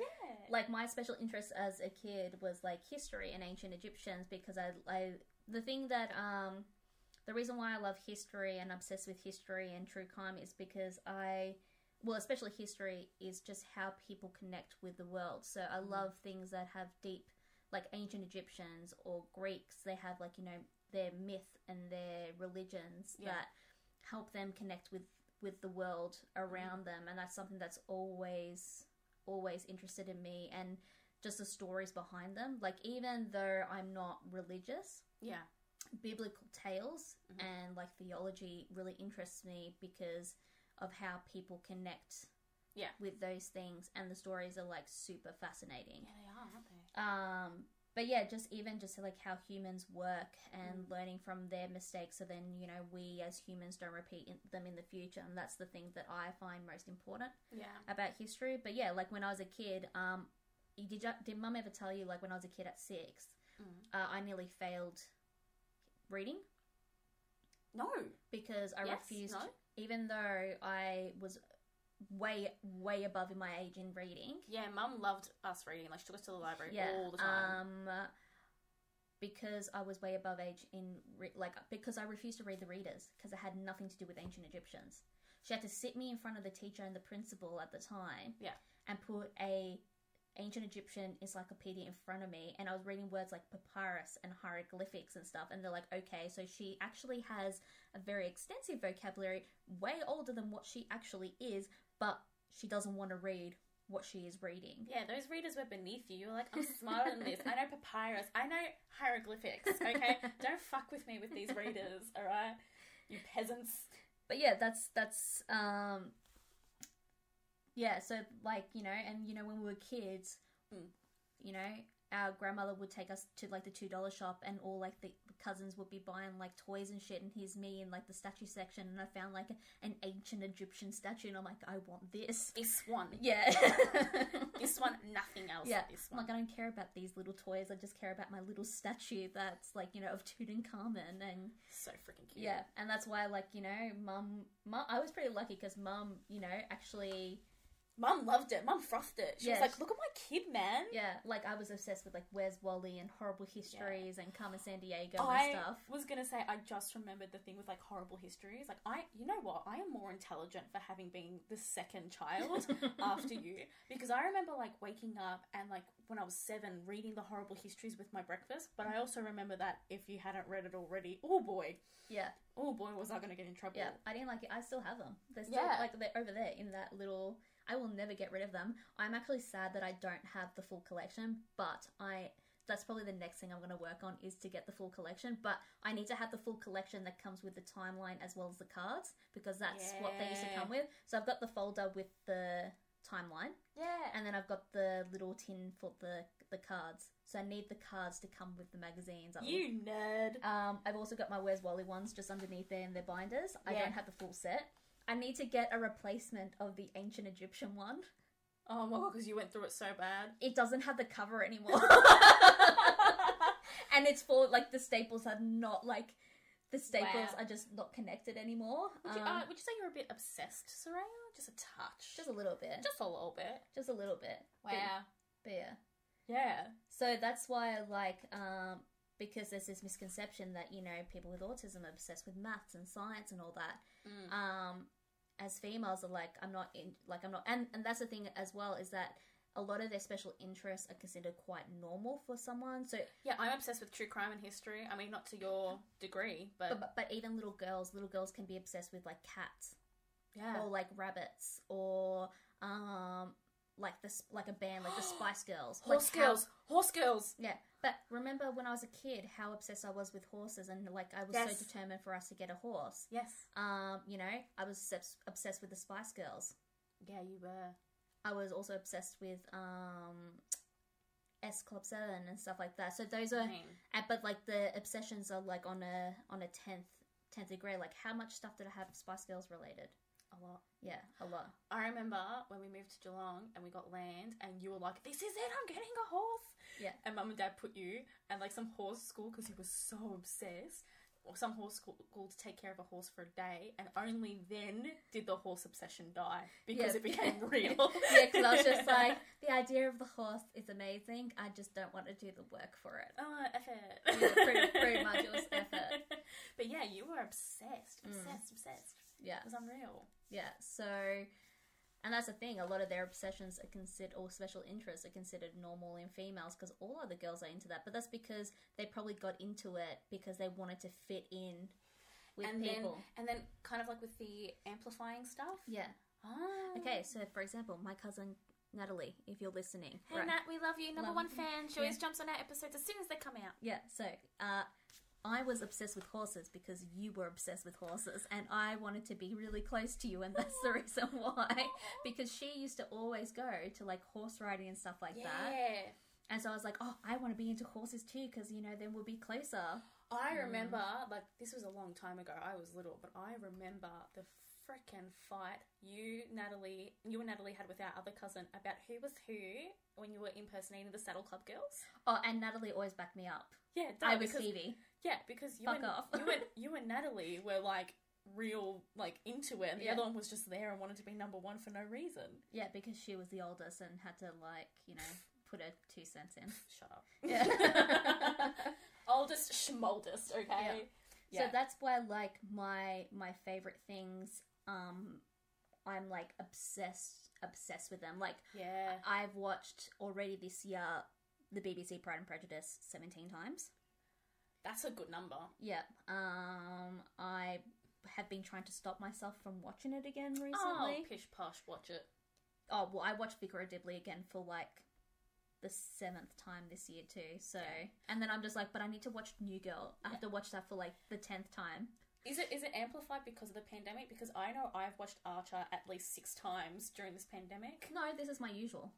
Speaker 1: like my special interest as a kid was like history and ancient Egyptians because I, I the thing that um the reason why I love history and obsessed with history and true crime is because I well especially history is just how people connect with the world. So I
Speaker 2: Mm.
Speaker 1: love things that have deep like ancient Egyptians or Greeks. They have like you know their myth and their religions
Speaker 2: Yeah.
Speaker 1: that help them connect with with the world
Speaker 2: Mm-hmm.
Speaker 1: around them and that's something that's always always interested in me and just the stories behind them like even though i'm not religious
Speaker 2: Yeah.
Speaker 1: biblical tales
Speaker 2: Mhm.
Speaker 1: and like theology really interests me because of how people connect
Speaker 2: Yeah.
Speaker 1: with those things and the stories are like super fascinating
Speaker 2: Yeah, they are, aren't they?
Speaker 1: um but yeah just even just like how humans work and learning from their mistakes so then you know we as humans don't repeat in, them in the future and that's the thing that i find most important
Speaker 2: Yeah.
Speaker 1: about history but yeah like when i was a kid um did, you, did mum ever tell you like when i was a kid at six
Speaker 2: Mm.
Speaker 1: uh, i nearly failed reading
Speaker 2: No.
Speaker 1: because i
Speaker 2: Yes?
Speaker 1: refused
Speaker 2: No?
Speaker 1: even though i was way way above in my age in reading
Speaker 2: Yeah, Mum loved us reading. Like she took us to the library all the time.
Speaker 1: Um, because I was way above age in re- like because I refused to read the readers because it had nothing to do with ancient Egyptians. She had to sit me in front of the teacher and the principal at the time.
Speaker 2: Yeah.
Speaker 1: And put a ancient Egyptian encyclopedia in front of me, and I was reading words like papyrus and hieroglyphics and stuff, and they're like, okay, so she actually has a very extensive vocabulary, way older than what she actually is, but she doesn't want to read what she is reading.
Speaker 2: yeah, those readers were beneath you. You were like, I'm smarter than this. I know papyrus. I know hieroglyphics. Okay, don't fuck with me with these readers. All right, you peasants.
Speaker 1: but yeah that's that's um yeah so like you know and you know when we were kids
Speaker 2: Mm.
Speaker 1: you know our grandmother would take us to like the two dollar shop and all like the cousins would be buying like toys and shit and here's me in like the statue section and i found like an ancient egyptian statue and i'm like i want this
Speaker 2: This one.
Speaker 1: yeah
Speaker 2: This one. Nothing else.
Speaker 1: Yeah.
Speaker 2: This
Speaker 1: I'm
Speaker 2: one.
Speaker 1: like, I don't care about these little toys. I just care about my little statue that's like, you know, of Tutankhamun and
Speaker 2: So freaking cute.
Speaker 1: yeah, and that's why, like you know, mum, mum, I was pretty lucky because mum, you know, actually,
Speaker 2: Mum loved it. Mum frothed it. She
Speaker 1: Yeah,
Speaker 2: was like,
Speaker 1: she-
Speaker 2: look at my kid, man.
Speaker 1: yeah, like I was obsessed with like Where's Wally and Horrible Histories and Carmen San Diego
Speaker 2: I
Speaker 1: and stuff.
Speaker 2: was gonna say I just remembered the thing with like horrible histories. Like I, you know what? I am more intelligent for having been the second child after you because I remember like waking up and like when I was seven reading the horrible histories with my breakfast. But I also remember that if you hadn't read it already, oh boy,
Speaker 1: Yeah,
Speaker 2: oh boy, was I gonna get in trouble?
Speaker 1: yeah, I didn't like it. I still have them. They're still
Speaker 2: Yeah.
Speaker 1: like they're over there in that little. I will never get rid of them. I'm actually sad that I don't have the full collection, but I. That's probably the next thing I'm going to work on is to get the full collection, but I need to have the full collection that comes with the timeline as well as the cards because that's what they used to
Speaker 2: Yeah.
Speaker 1: come with. So I've got the folder with the timeline,
Speaker 2: yeah.
Speaker 1: and then I've got the little tin for the the cards. So I need the cards to come with the magazines. I'll-
Speaker 2: You nerd.
Speaker 1: Um, I've also got my Where's Wally ones just underneath there in their binders. I
Speaker 2: Yeah.
Speaker 1: don't have the full set. I need to get a replacement of the ancient Egyptian one.
Speaker 2: Oh my god, because you went through it so bad.
Speaker 1: It doesn't have the cover anymore, and it's for like the staples are not like the staples
Speaker 2: Wow.
Speaker 1: are just not connected anymore.
Speaker 2: would, you,
Speaker 1: Um,
Speaker 2: uh, would you say you're a bit obsessed, Soraya? Just a touch.
Speaker 1: just a little bit, just,
Speaker 2: just a little bit.
Speaker 1: a little bit. But- but yeah.
Speaker 2: Yeah.
Speaker 1: So that's why I like, um, because there's this misconception that, you know, people with autism are obsessed with maths and science and all that.
Speaker 2: Mm.
Speaker 1: Um, as females are like, I'm not in, like, I'm not, and, and that's the thing as well is that a lot of their special interests are considered quite normal for someone. So,
Speaker 2: Yeah, I'm obsessed with true crime and history. I mean, not to your degree, but,
Speaker 1: but, but even little girls, little girls can be obsessed with like cats
Speaker 2: yeah,
Speaker 1: or like rabbits or, um, like this, like a band, like the Spice Girls, like
Speaker 2: horse
Speaker 1: how-
Speaker 2: girls, horse girls.
Speaker 1: Yeah, but remember when I was a kid, how obsessed I was with horses, and like I was
Speaker 2: Yes.
Speaker 1: so determined for us to get a horse.
Speaker 2: Yes.
Speaker 1: Um, you know, I was obsessed, obsessed with the Spice Girls.
Speaker 2: Yeah, you were.
Speaker 1: I was also obsessed with um, S Club Seven and stuff like that. So those are,
Speaker 2: Same.
Speaker 1: uh, but like the obsessions are like on a on a tenth tenth degree. Like how much stuff did I have Spice Girls related?
Speaker 2: a lot.
Speaker 1: Yeah, a lot.
Speaker 2: I remember when we moved to Geelong and we got land, and you were like, "This is it! I'm getting a horse."
Speaker 1: Yeah.
Speaker 2: And mum and dad put you at like some horse school because he was so obsessed, or some horse school to take care of a horse for a day, and only then did the horse obsession die because
Speaker 1: Yeah.
Speaker 2: it became real.
Speaker 1: Yeah, because I was just like, the idea of the horse is amazing. I just don't want to do the work for it.
Speaker 2: Oh, effort.
Speaker 1: Yeah, pretty- pretty much it was effort.
Speaker 2: But yeah, you were obsessed,
Speaker 1: Mm.
Speaker 2: obsessed, obsessed.
Speaker 1: Yeah.
Speaker 2: It was unreal.
Speaker 1: Yeah, so and that's the thing. A lot of their obsessions are considered, or special interests are considered normal in females because all other girls are into that. But that's because they probably got into it because they wanted to fit in with
Speaker 2: and
Speaker 1: people.
Speaker 2: then and then kind of like with the amplifying stuff.
Speaker 1: yeah.
Speaker 2: Ah.
Speaker 1: Okay, so for example, my cousin Natalie, if you're listening,
Speaker 2: Hey Nat, we love you. Number
Speaker 1: Love-
Speaker 2: one fan. She always jumps on our episodes as soon as they come out.
Speaker 1: Yeah, so uh, I was obsessed with horses because you were obsessed with horses, and I wanted to be really close to you, and that's the reason why. Because she used to always go to like horse riding and stuff like that,
Speaker 2: Yeah.
Speaker 1: and so I was like, oh, I want to be into horses too, because you know then we'll be closer.
Speaker 2: I remember, like, this was a long time ago. I was little, but I remember the frickin' fight you, Natalie, you and Natalie had with our other cousin about who was who when you were impersonating the Saddle Club girls.
Speaker 1: Oh, and Natalie always backed me up.
Speaker 2: Yeah,
Speaker 1: I
Speaker 2: duh,
Speaker 1: was
Speaker 2: because,
Speaker 1: Phoebe.
Speaker 2: yeah, because you
Speaker 1: Fuck
Speaker 2: and
Speaker 1: off.
Speaker 2: you and you and Natalie were like real, like into it, and the
Speaker 1: Yeah.
Speaker 2: other one was just there and wanted to be number one for no reason.
Speaker 1: Yeah, because she was the oldest and had to like you know put her two cents in.
Speaker 2: Shut
Speaker 1: Yeah.
Speaker 2: up. Oldest schmoldest, okay. Yeah.
Speaker 1: So that's why like my my favorite things um I'm like obsessed obsessed with them. Like
Speaker 2: yeah.
Speaker 1: I've watched already this year the BBC Pride and Prejudice 17 times.
Speaker 2: That's a good number.
Speaker 1: Yep. Um I have been trying to stop myself from watching it again recently.
Speaker 2: Oh, pish posh, watch it.
Speaker 1: Oh, well I watched Vicar of Dibley again for like the seventh time this year too. So
Speaker 2: Yeah.
Speaker 1: and then I'm just like, but I need to watch New Girl. I have to watch that for like the tenth time.
Speaker 2: Is it is it amplified because of the pandemic? Because I know I've watched Archer at least six times during this pandemic.
Speaker 1: No, this is my usual.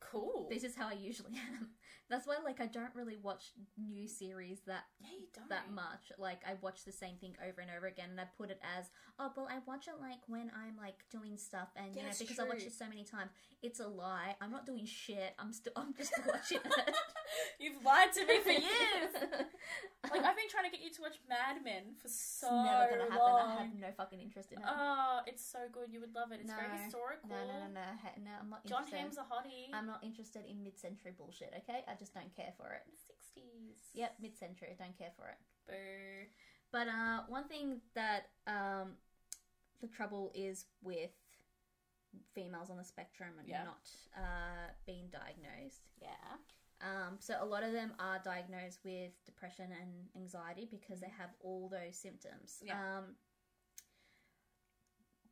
Speaker 2: Cool.
Speaker 1: This is how I usually am. That's why, like, I don't really watch new series that
Speaker 2: yeah, you don't.
Speaker 1: that much. Like, I watch the same thing over and over again, and I put it as, oh, well, I watch it like when I'm like doing stuff, and you
Speaker 2: Yeah,
Speaker 1: know,
Speaker 2: that's
Speaker 1: because I watched
Speaker 2: true.
Speaker 1: it so many times, it's a lie. I'm not doing shit. I'm still, I'm just watching it
Speaker 2: You've lied to me for years. like I've been trying to get you to watch Mad Men for
Speaker 1: it's
Speaker 2: so
Speaker 1: never gonna happen.
Speaker 2: long.
Speaker 1: I have no fucking interest in it.
Speaker 2: Oh, it's so good. You would love it. It's
Speaker 1: No.
Speaker 2: very historical.
Speaker 1: no, no, no, no, he- no. I'm not
Speaker 2: John
Speaker 1: interested.
Speaker 2: Hamm's a hottie.
Speaker 1: I'm not interested in mid-century bullshit. Okay, I just don't care for it.
Speaker 2: Sixties.
Speaker 1: Yep, mid-century. I don't care for it.
Speaker 2: Boo.
Speaker 1: But uh, one thing that um, the trouble is with females on the spectrum and
Speaker 2: Yeah.
Speaker 1: not uh, being diagnosed.
Speaker 2: Yeah.
Speaker 1: Um, so a lot of them are diagnosed with depression and anxiety because they have all those symptoms.
Speaker 2: Yeah.
Speaker 1: Um,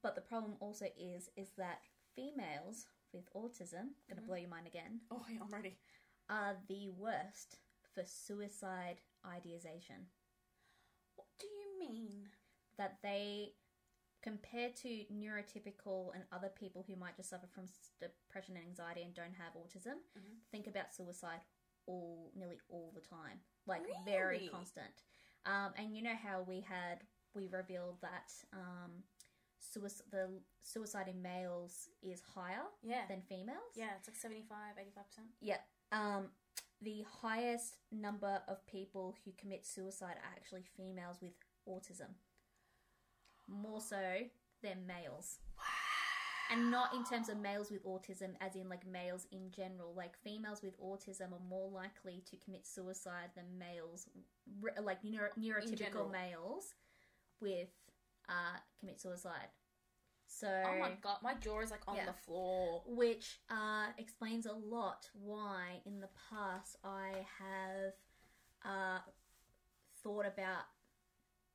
Speaker 1: but the problem also is is that females with autism, gonna
Speaker 2: Mhm.
Speaker 1: blow your mind again,
Speaker 2: Oh, yeah, I'm ready.
Speaker 1: are the worst for suicide ideation.
Speaker 2: What do you mean?
Speaker 1: that they compared to neurotypical and other people who might just suffer from s- depression and anxiety and don't have autism
Speaker 2: Mhm.
Speaker 1: think about suicide all nearly all the time like very
Speaker 2: Really?
Speaker 1: constant um, and you know how we had we revealed that um, suic- the suicide in males is higher
Speaker 2: Yeah.
Speaker 1: than females
Speaker 2: Yeah, it's like 75, 85%.
Speaker 1: um, the highest number of people who commit suicide are actually females with autism, more so than males. And not in terms of males with autism, as in like males in general. Like females with autism are more likely to commit suicide than males, re- like neuro-
Speaker 2: general.
Speaker 1: neurotypical males, with uh, commit suicide. So
Speaker 2: Oh my god, my jaw is like on
Speaker 1: Yeah.
Speaker 2: the floor.
Speaker 1: which uh, explains a lot why in the past I have uh, thought about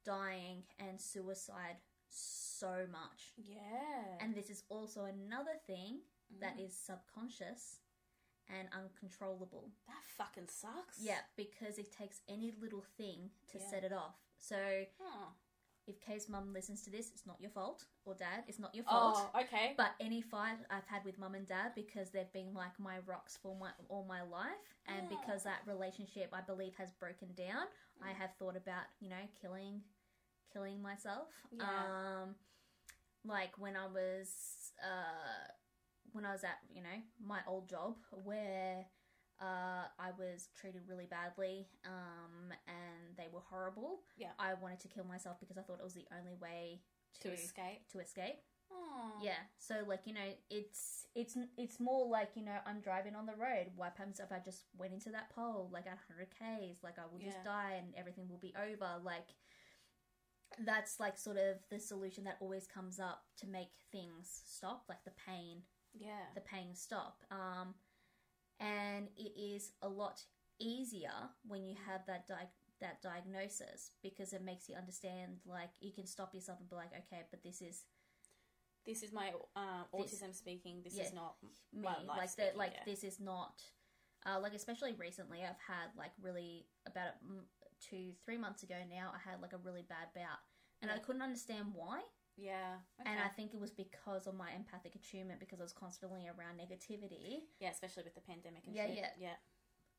Speaker 1: dying and suicide so much.
Speaker 2: Yeah.
Speaker 1: And this is also another thing that
Speaker 2: Mm.
Speaker 1: is subconscious and uncontrollable.
Speaker 2: That fucking sucks.
Speaker 1: Yeah, because it takes any little thing to
Speaker 2: Yeah.
Speaker 1: set it off. So
Speaker 2: Huh.
Speaker 1: if Kay's mum listens to this, it's not your fault, or dad, it's not your fault.
Speaker 2: Oh, okay.
Speaker 1: But any fight I've had with mum and dad because they've been like my rocks for my all my life, and
Speaker 2: Yeah. Mm.
Speaker 1: because that relationship I believe has broken down, I have thought about you know killing, killing myself.
Speaker 2: Yeah.
Speaker 1: Um, like when I was uh, when I was at you know my old job where uh, I was treated really badly, um, and they were horrible.
Speaker 2: Yeah.
Speaker 1: I wanted to kill myself because I thought it was the only way
Speaker 2: to escape.
Speaker 1: to escape.
Speaker 2: Oh.
Speaker 1: Yeah. So like you know, it's it's it's more like you know, I'm driving on the road. What happens if I just went into that pole like at 100 k's? Like I will just
Speaker 2: Yeah.
Speaker 1: die and everything will be over. Like that's like sort of the solution that always comes up to make things stop, like the pain,
Speaker 2: Yeah.
Speaker 1: the pain stop. Um, and it is a lot easier when you have that di- that diagnosis because it makes you understand like you can stop yourself and be like okay but this is
Speaker 2: This is my um,
Speaker 1: This-
Speaker 2: autism speaking. This
Speaker 1: Yeah.
Speaker 2: is not
Speaker 1: me
Speaker 2: my life.
Speaker 1: like that
Speaker 2: speaking,
Speaker 1: like
Speaker 2: yeah.
Speaker 1: this is not uh, like especially recently i've had like really about mm, two three months ago now i had like a really bad bout and i
Speaker 2: Yeah.
Speaker 1: couldn't understand why
Speaker 2: Yeah. Okay.
Speaker 1: and i think it was because of my empathic attunement because i was constantly around negativity
Speaker 2: yeah, especially with the pandemic and
Speaker 1: Yeah,
Speaker 2: shit.
Speaker 1: yeah.
Speaker 2: Yeah.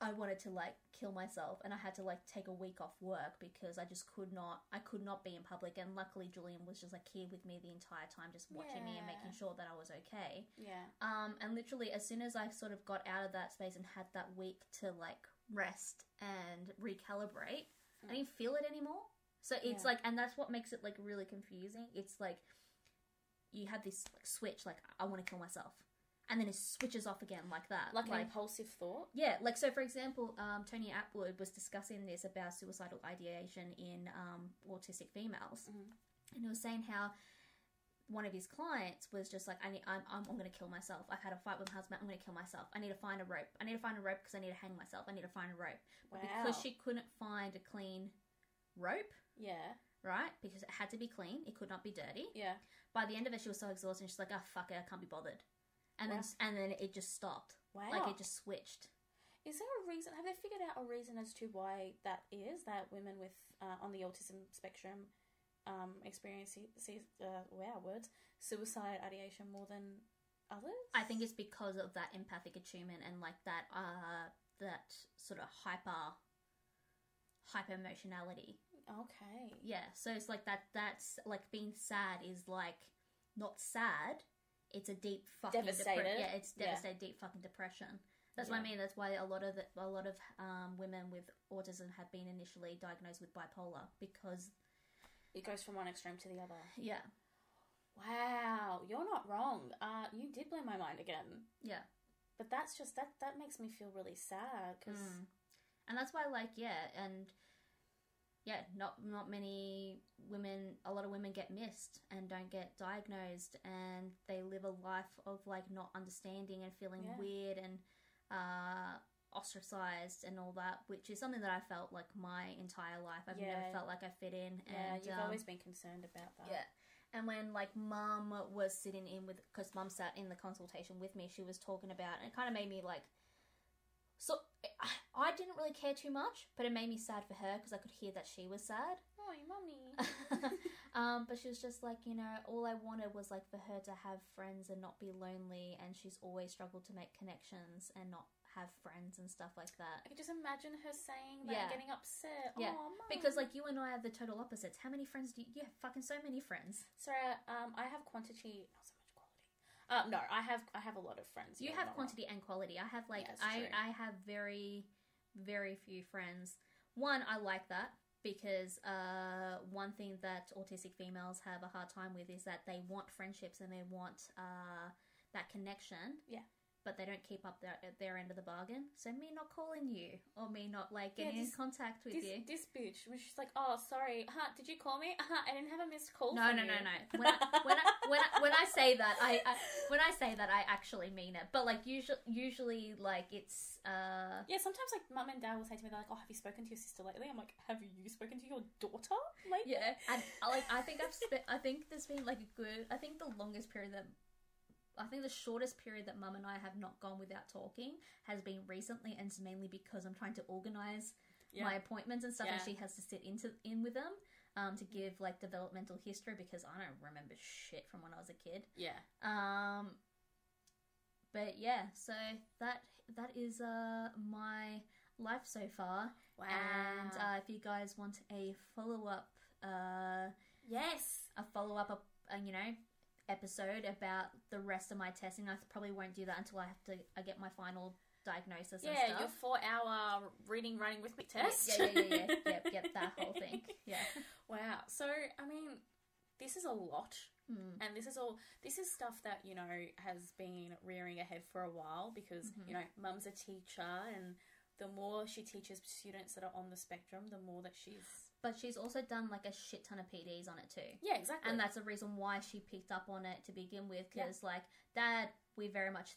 Speaker 1: i wanted to like kill myself and i had to like take a week off work because i just could not i could not be in public and luckily julian was just like here with me the entire time just watching me and
Speaker 2: Yeah.
Speaker 1: making sure that i was okay
Speaker 2: Yeah.
Speaker 1: Um, and literally, as soon as I sort of got out of that space and had that week to like rest and recalibrate,
Speaker 2: Mm.
Speaker 1: I didn't feel it anymore. So it's
Speaker 2: Yeah.
Speaker 1: like, and that's what makes it like really confusing. It's like you have this like, switch, like I want to kill myself, and then it switches off again Uh, like that.
Speaker 2: Like, an impulsive thought.
Speaker 1: yeah, like so. For example, um, Tony Atwood was discussing this about suicidal ideation in um, autistic females,
Speaker 2: Mhm.
Speaker 1: and he was saying how one of his clients was just like, "I need, I'm, I'm, I'm going to kill myself. I've had a fight with my husband. I'm going to kill myself. I need to find a rope. I need to find a rope because I need to hang myself. I need to find a rope."
Speaker 2: Wow.
Speaker 1: But because she couldn't find a clean rope,
Speaker 2: Yeah.
Speaker 1: right? Because it had to be clean. It could not be dirty.
Speaker 2: Yeah.
Speaker 1: By the end of it, she was so exhausted. She's like, "Oh fuck it, I can't be bothered." And then, and then it just stopped.
Speaker 2: Wow.
Speaker 1: Like it just switched.
Speaker 2: Is there a reason? Have they figured out a reason as to why that is? That women with uh, on the autism spectrum um, experience se- se- uh, wow words suicide ideation more than others?
Speaker 1: I think it's because of that empathic attunement and like that uh that sort of hyper hyper emotionality.
Speaker 2: okay.
Speaker 1: Yeah, so it's like that that's like being sad is like not sad. It's a deep fucking depre-
Speaker 2: Devastated.
Speaker 1: yeah, it's
Speaker 2: Yeah.
Speaker 1: devastated deep fucking depression. That's what I
Speaker 2: Yeah.
Speaker 1: mean. That's why a lot of the, a lot of um, women with autism have been initially diagnosed with bipolar because
Speaker 2: It goes from one extreme to the other.
Speaker 1: yeah,
Speaker 2: Wow, you're not wrong. Uh, you did blow my mind again.
Speaker 1: yeah.
Speaker 2: But that's just that that makes me feel really sad because
Speaker 1: Mm. And that's why, like, yeah, and yeah, not not many women. A lot of women get missed and don't get diagnosed, and they live a life of like not understanding and feeling
Speaker 2: Yeah.
Speaker 1: weird and uh, ostracized and all that, which is something that I felt like my entire life. I've
Speaker 2: Yeah.
Speaker 1: never felt like I fit in.
Speaker 2: yeah,
Speaker 1: and,
Speaker 2: you've
Speaker 1: um,
Speaker 2: always been concerned about that.
Speaker 1: yeah. And when like mum was sitting in with, because mum sat in the consultation with me, she was talking about, and it kind of made me like, so I didn't really care too much, but it made me sad for her because I could hear that she was sad.
Speaker 2: Oh, your mummy.
Speaker 1: um, but she was just like, you know, all I wanted was like for her to have friends and not be lonely, and she's always struggled to make connections and not have friends and stuff like that.
Speaker 2: I could just imagine her saying that,
Speaker 1: Yeah.
Speaker 2: and getting upset.
Speaker 1: Yeah,
Speaker 2: Oh, mum.
Speaker 1: Because like you and I are the total opposites. How many friends do you, you have? Fucking so many friends.
Speaker 2: Sarah, um, I have quantity, not so much quality. Uh, no, I have I have a lot of friends.
Speaker 1: you
Speaker 2: yeah,
Speaker 1: have
Speaker 2: not wrong.
Speaker 1: quantity and quality i have like
Speaker 2: Yeah, it's
Speaker 1: i
Speaker 2: true.
Speaker 1: i have very very few friends one i like that because uh, one thing that autistic females have a hard time with is that they want friendships and they want uh, that connection
Speaker 2: Yeah.
Speaker 1: but they don't keep up their, their end of the bargain so me not calling you or me not like
Speaker 2: Yeah,
Speaker 1: getting in
Speaker 2: this-
Speaker 1: contact with
Speaker 2: This,
Speaker 1: you
Speaker 2: this bitch was just like, oh, sorry, huh, did you call me? Huh, I didn't have a missed call.
Speaker 1: no
Speaker 2: from
Speaker 1: no
Speaker 2: you."
Speaker 1: no no when I, when, I, when, I, when i say that I, I when i say that i actually mean it but like usually usually like it's uh
Speaker 2: yeah, sometimes like mum and dad will say to me, they're like, oh, have you spoken to your sister lately? I'm like, have you spoken to your daughter lately?
Speaker 1: Yeah, and I, like I think I've spent. I think there's been like a good. I think the longest period that, I think the shortest period that Mum and I have not gone without talking has been recently, and it's mainly because I'm trying to organize
Speaker 2: Yeah.
Speaker 1: my appointments and stuff, and
Speaker 2: Yeah.
Speaker 1: she has to sit into in with them. Um, to give like developmental history because I don't remember shit from when I was a kid.
Speaker 2: yeah.
Speaker 1: Um, but yeah, so that that is uh my life so far.
Speaker 2: Wow.
Speaker 1: And uh, if you guys want a follow up, uh,
Speaker 2: yes.
Speaker 1: a follow up, uh, you know, episode about the rest of my testing, I probably won't do that until I have to I get my final diagnosis and
Speaker 2: Yeah,
Speaker 1: stuff.
Speaker 2: your four hour reading, running with me test.
Speaker 1: Yeah, yeah, yeah, yeah, yeah, yeah, that whole thing. Yeah.
Speaker 2: Wow. So, I mean, this is a lot
Speaker 1: Mm.
Speaker 2: and this is all this is stuff that you know has been rearing ahead for a while because
Speaker 1: Mhm.
Speaker 2: you know mum's a teacher and the more she teaches students that are on the spectrum the more that she's
Speaker 1: But she's also done like a shit ton of PDs on it too.
Speaker 2: yeah exactly
Speaker 1: And that's the reason why she picked up on it to begin with,
Speaker 2: Yeah.
Speaker 1: because like dad, we very much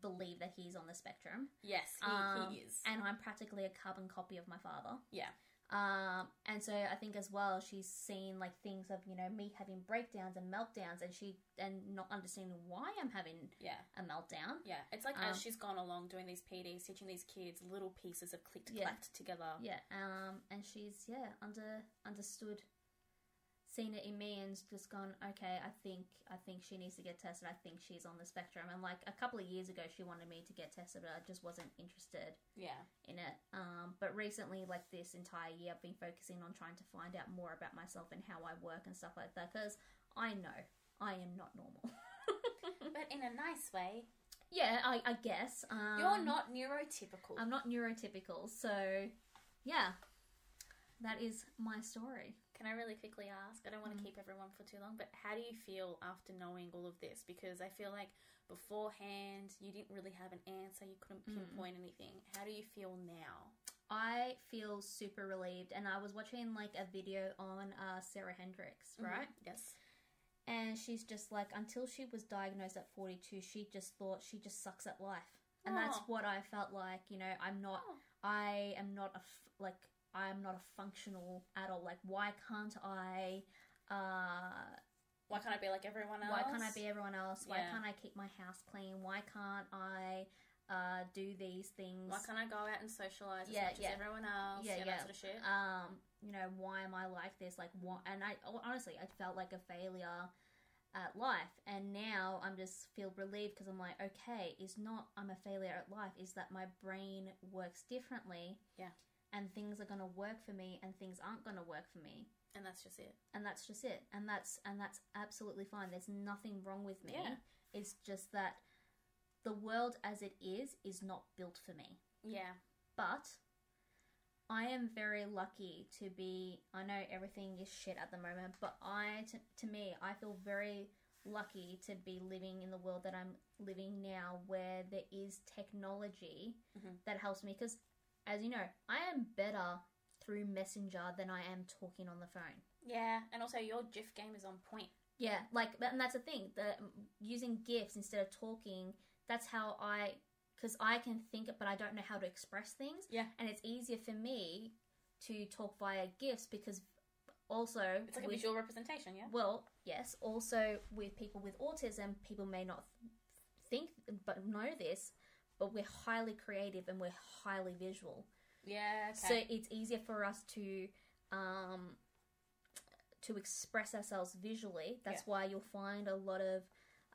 Speaker 1: believe that he's on the spectrum.
Speaker 2: yes he,
Speaker 1: Um,
Speaker 2: he is
Speaker 1: and I'm practically a carbon copy of my father.
Speaker 2: Yeah.
Speaker 1: Um, and so I think as well she's seen like things of you know me having breakdowns and meltdowns, and she and not understanding why I'm having
Speaker 2: Yeah.
Speaker 1: a meltdown.
Speaker 2: Yeah, it's like
Speaker 1: Um,
Speaker 2: as she's gone along doing these PDs, teaching these kids little pieces of clicked
Speaker 1: Yeah.
Speaker 2: clacked together.
Speaker 1: Yeah, um, and she's yeah under understood, seen it in me, and just gone. Okay, I think I think she needs to get tested. I think she's on the spectrum. And like a couple of years ago, she wanted me to get tested, but I just wasn't interested
Speaker 2: Yeah,
Speaker 1: in it. Um, but recently, like this entire year, I've been focusing on trying to find out more about myself and how I work and stuff like that because I know I am not normal.
Speaker 2: but in a nice way.
Speaker 1: yeah, I, I guess um,
Speaker 2: You're not neurotypical.
Speaker 1: I'm not neurotypical, so yeah, that is my story.
Speaker 2: Can I really quickly ask? I don't
Speaker 1: Mm.
Speaker 2: want to keep everyone for too long, but how do you feel after knowing all of this? Because I feel like beforehand you didn't really have an answer, you couldn't
Speaker 1: Mm.
Speaker 2: pinpoint anything. How do you feel now?
Speaker 1: I feel super relieved, and I was watching like a video on uh, Sarah Hendricks, right?
Speaker 2: Mhm. Yes.
Speaker 1: And she's just like, until she was diagnosed at 42, she just thought she just sucks at life, and that's
Speaker 2: Aw.
Speaker 1: what I felt like. You know, I'm not,
Speaker 2: Oh.
Speaker 1: I am not a f- like, I am not a functional adult. Like, why can't I? Uh,
Speaker 2: Why can't I be like everyone else?
Speaker 1: why can't I be everyone else? Why
Speaker 2: Yeah.
Speaker 1: can't I keep my house clean? Why can't I uh, do these things?
Speaker 2: Why can't I go out and socialize
Speaker 1: Yeah,
Speaker 2: as much
Speaker 1: yeah.
Speaker 2: as everyone else?
Speaker 1: Yeah, yeah.
Speaker 2: Yeah, that sort of shit.
Speaker 1: um, you know, why am I like this? Like, what? And I oh, honestly, I felt like a failure at life, and now I'm just feel relieved because I'm like, okay, it's not I'm a failure at life. Is that my brain works differently?
Speaker 2: Yeah.
Speaker 1: and things are gonna work for me, and things aren't gonna work for me.
Speaker 2: and that's just it.
Speaker 1: and that's just it and that's and that's absolutely fine there's nothing wrong with me
Speaker 2: Yeah.
Speaker 1: it's just that the world as it is is not built for me
Speaker 2: Yeah.
Speaker 1: but i am very lucky to be i know everything is shit at the moment but i to, to me i feel very lucky to be living in the world that i'm living now where there is technology
Speaker 2: Mhm.
Speaker 1: that helps me because as you know i am better through messenger than i am talking on the phone
Speaker 2: Yeah, and also your GIF game is on point.
Speaker 1: Yeah, like, and that's the thing. The um, using gifs instead of talking. That's how I, because I can think it, but I don't know how to express things.
Speaker 2: Yeah.
Speaker 1: and it's easier for me to talk via gifs because also
Speaker 2: It's like a
Speaker 1: with-
Speaker 2: visual representation, yeah?
Speaker 1: well, yes. Also, with people with autism, people may not think but know this, but we're highly creative and we're highly visual.
Speaker 2: Yeah,
Speaker 1: So
Speaker 2: okay.
Speaker 1: it's easier for us to um, to express ourselves visually. That's why you'll find a lot of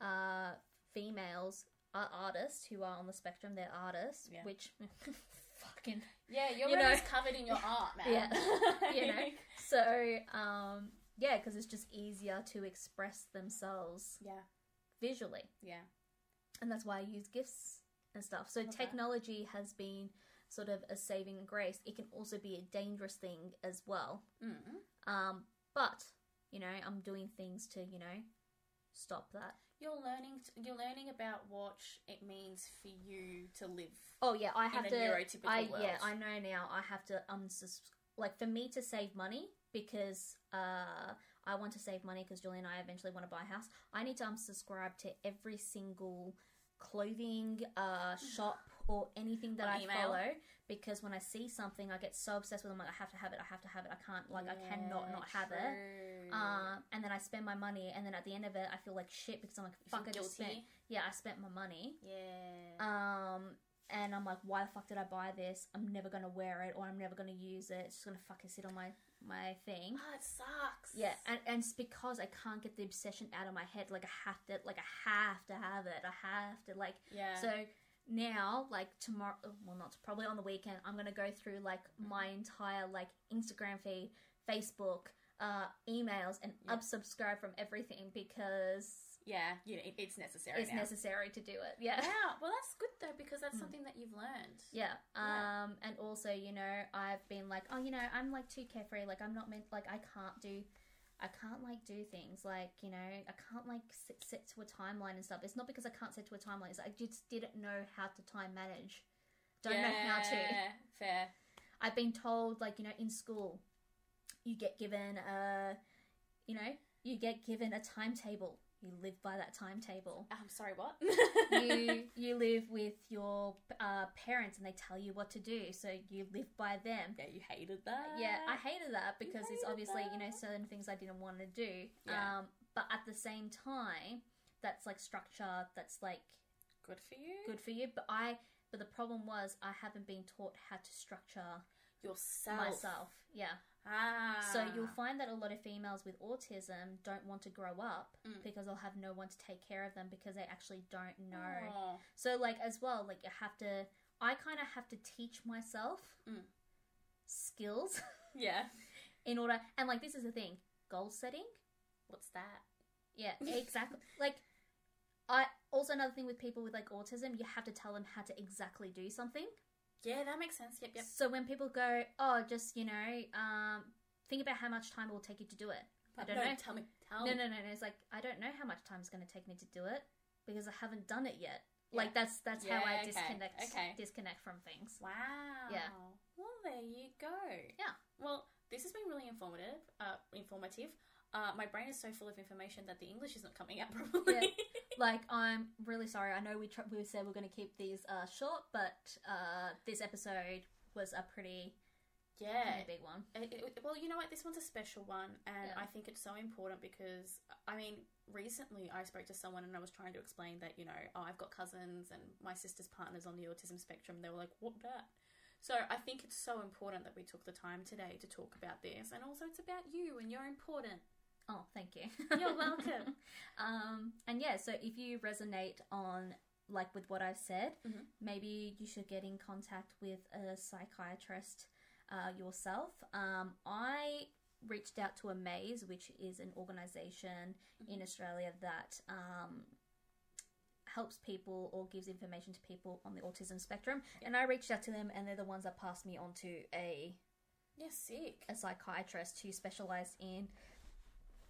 Speaker 1: uh, females are artists who are on the spectrum. They're artists,
Speaker 2: Yeah.
Speaker 1: which fucking
Speaker 2: yeah, your
Speaker 1: you
Speaker 2: room
Speaker 1: know-
Speaker 2: is covered in your art, man.
Speaker 1: Yeah. You know. so um, yeah, because it's just easier to express themselves
Speaker 2: Yeah,
Speaker 1: visually,
Speaker 2: yeah.
Speaker 1: and that's why I use gifts and stuff. So
Speaker 2: Love that.
Speaker 1: technology has been sort of a saving grace. It can also be a dangerous thing as well.
Speaker 2: mm
Speaker 1: Um, but you know, I'm doing things to you know stop that.
Speaker 2: You're learning. T- you're learning about what it means for you to live.
Speaker 1: Oh yeah, I
Speaker 2: In
Speaker 1: have
Speaker 2: a
Speaker 1: to.
Speaker 2: neurotypical
Speaker 1: I
Speaker 2: world.
Speaker 1: yeah, I know now. I have to unsus like for me to save money because uh I want to save money because Julie and I eventually want to buy a house. I need to unsubscribe to every single clothing uh shop or anything that
Speaker 2: On
Speaker 1: I
Speaker 2: email.
Speaker 1: follow because when I see something, I get so obsessed with. it. I'm like, I have to have it. I have to have it. I can't like I cannot not have it. Um, and then I spend my money, and then at the end of it, I feel like shit because I'm like, fuck, I just spent. Yeah, I spent my money.
Speaker 2: Yeah.
Speaker 1: Um, and I'm like, why the fuck did I buy this? I'm never gonna wear it, or I'm never gonna use it. It's just gonna fucking sit on my my thing.
Speaker 2: oh, it sucks.
Speaker 1: Yeah, and, and it's because I can't get the obsession out of my head. Like I have to, like I have to have it. I have to, like.
Speaker 2: yeah.
Speaker 1: So now, like tomorrow, well, not probably on the weekend, I'm gonna go through like
Speaker 2: Mm-hmm.
Speaker 1: my entire like Instagram feed, Facebook, uh, emails, and
Speaker 2: Yeah.
Speaker 1: unsubscribe from everything because
Speaker 2: yeah. You know, it, it's necessary.
Speaker 1: it's
Speaker 2: now.
Speaker 1: necessary to do it. Yeah.
Speaker 2: Yeah. Well, that's good though because that's
Speaker 1: Mm.
Speaker 2: something that you've learned.
Speaker 1: Yeah.
Speaker 2: Yeah.
Speaker 1: Um and also, you know, I've been like, oh, you know, I'm like too carefree, like I'm not meant like I can't do I can't like do things like, you know, I can't like sit, sit to a timeline and stuff. It's not because I can't sit to a timeline. It's I just didn't know how to time manage. Don't know how to.
Speaker 2: Yeah, Fair.
Speaker 1: I've been told like, you know, in school you get given a you know, you get given a timetable You live by that timetable.
Speaker 2: Ah, I'm sorry, what?
Speaker 1: you you live with your uh, parents and they tell you what to do, so you live by them.
Speaker 2: yeah, you hated that.
Speaker 1: Yeah, I hated that because it's
Speaker 2: hated
Speaker 1: obviously you know
Speaker 2: that.
Speaker 1: certain things I didn't want to do.
Speaker 2: Yeah.
Speaker 1: Um, but at the same time, that's like structure that's like
Speaker 2: Good for you.
Speaker 1: good for you. But I but the problem was I haven't been taught how to structure
Speaker 2: Yourself.
Speaker 1: myself. Yeah.
Speaker 2: Ah.
Speaker 1: So you'll find that a lot of females with autism don't want to grow up
Speaker 2: Mm.
Speaker 1: because they'll have no one to take care of them because they actually don't know.
Speaker 2: Oh.
Speaker 1: So like as well, like you have to I kind of have to teach myself
Speaker 2: Mm.
Speaker 1: skills
Speaker 2: Yeah.
Speaker 1: in order and like this is the thing, goal setting.
Speaker 2: What's that?
Speaker 1: Yeah, exactly. like I also another thing with people with like autism, you have to tell them how to exactly do something.
Speaker 2: Yeah, that makes sense. Yep, yep.
Speaker 1: So when people go, "Oh, just, you know, um think about how much time it will take you to do it." I don't
Speaker 2: no,
Speaker 1: know.
Speaker 2: Tell me. Tell
Speaker 1: No,
Speaker 2: me.
Speaker 1: no, no, no. It's like I don't know how much time it's going to take me to do it because I haven't done it yet.
Speaker 2: Yeah.
Speaker 1: Like that's that's
Speaker 2: Yeah,
Speaker 1: how I
Speaker 2: okay,
Speaker 1: disconnect
Speaker 2: okay.
Speaker 1: disconnect from things.
Speaker 2: Wow.
Speaker 1: Yeah.
Speaker 2: Well, there you go.
Speaker 1: Yeah.
Speaker 2: Well, this has been really informative. Uh, informative. Uh, my brain is so full of information that the English is not coming out properly.
Speaker 1: Like I'm really sorry. I know we tr- we said we're going to keep these uh, short, but uh, this episode was a pretty
Speaker 2: yeah.
Speaker 1: pretty big one.
Speaker 2: It- it- well, you know what? This one's a special one, and
Speaker 1: Yeah.
Speaker 2: I think it's so important because, I mean, recently I spoke to someone and I was trying to explain that, you know, oh, I've got cousins and my sister's partner's on the autism spectrum. They were like, what that? So I think it's so important that we took the time today to talk about this, and also it's about you and you're important.
Speaker 1: Oh, thank you.
Speaker 2: You're welcome.
Speaker 1: um, and yeah, so if you resonate on like with what I've said,
Speaker 2: Mhm.
Speaker 1: maybe you should get in contact with a psychiatrist uh, yourself. Um, I reached out to Amaze, which is an organization
Speaker 2: Mm-hmm.
Speaker 1: in Australia that um, helps people or gives information to people on the autism spectrum. And I reached out to them, and they're the ones that passed me on to a
Speaker 2: You're sick.
Speaker 1: a psychiatrist who specialized in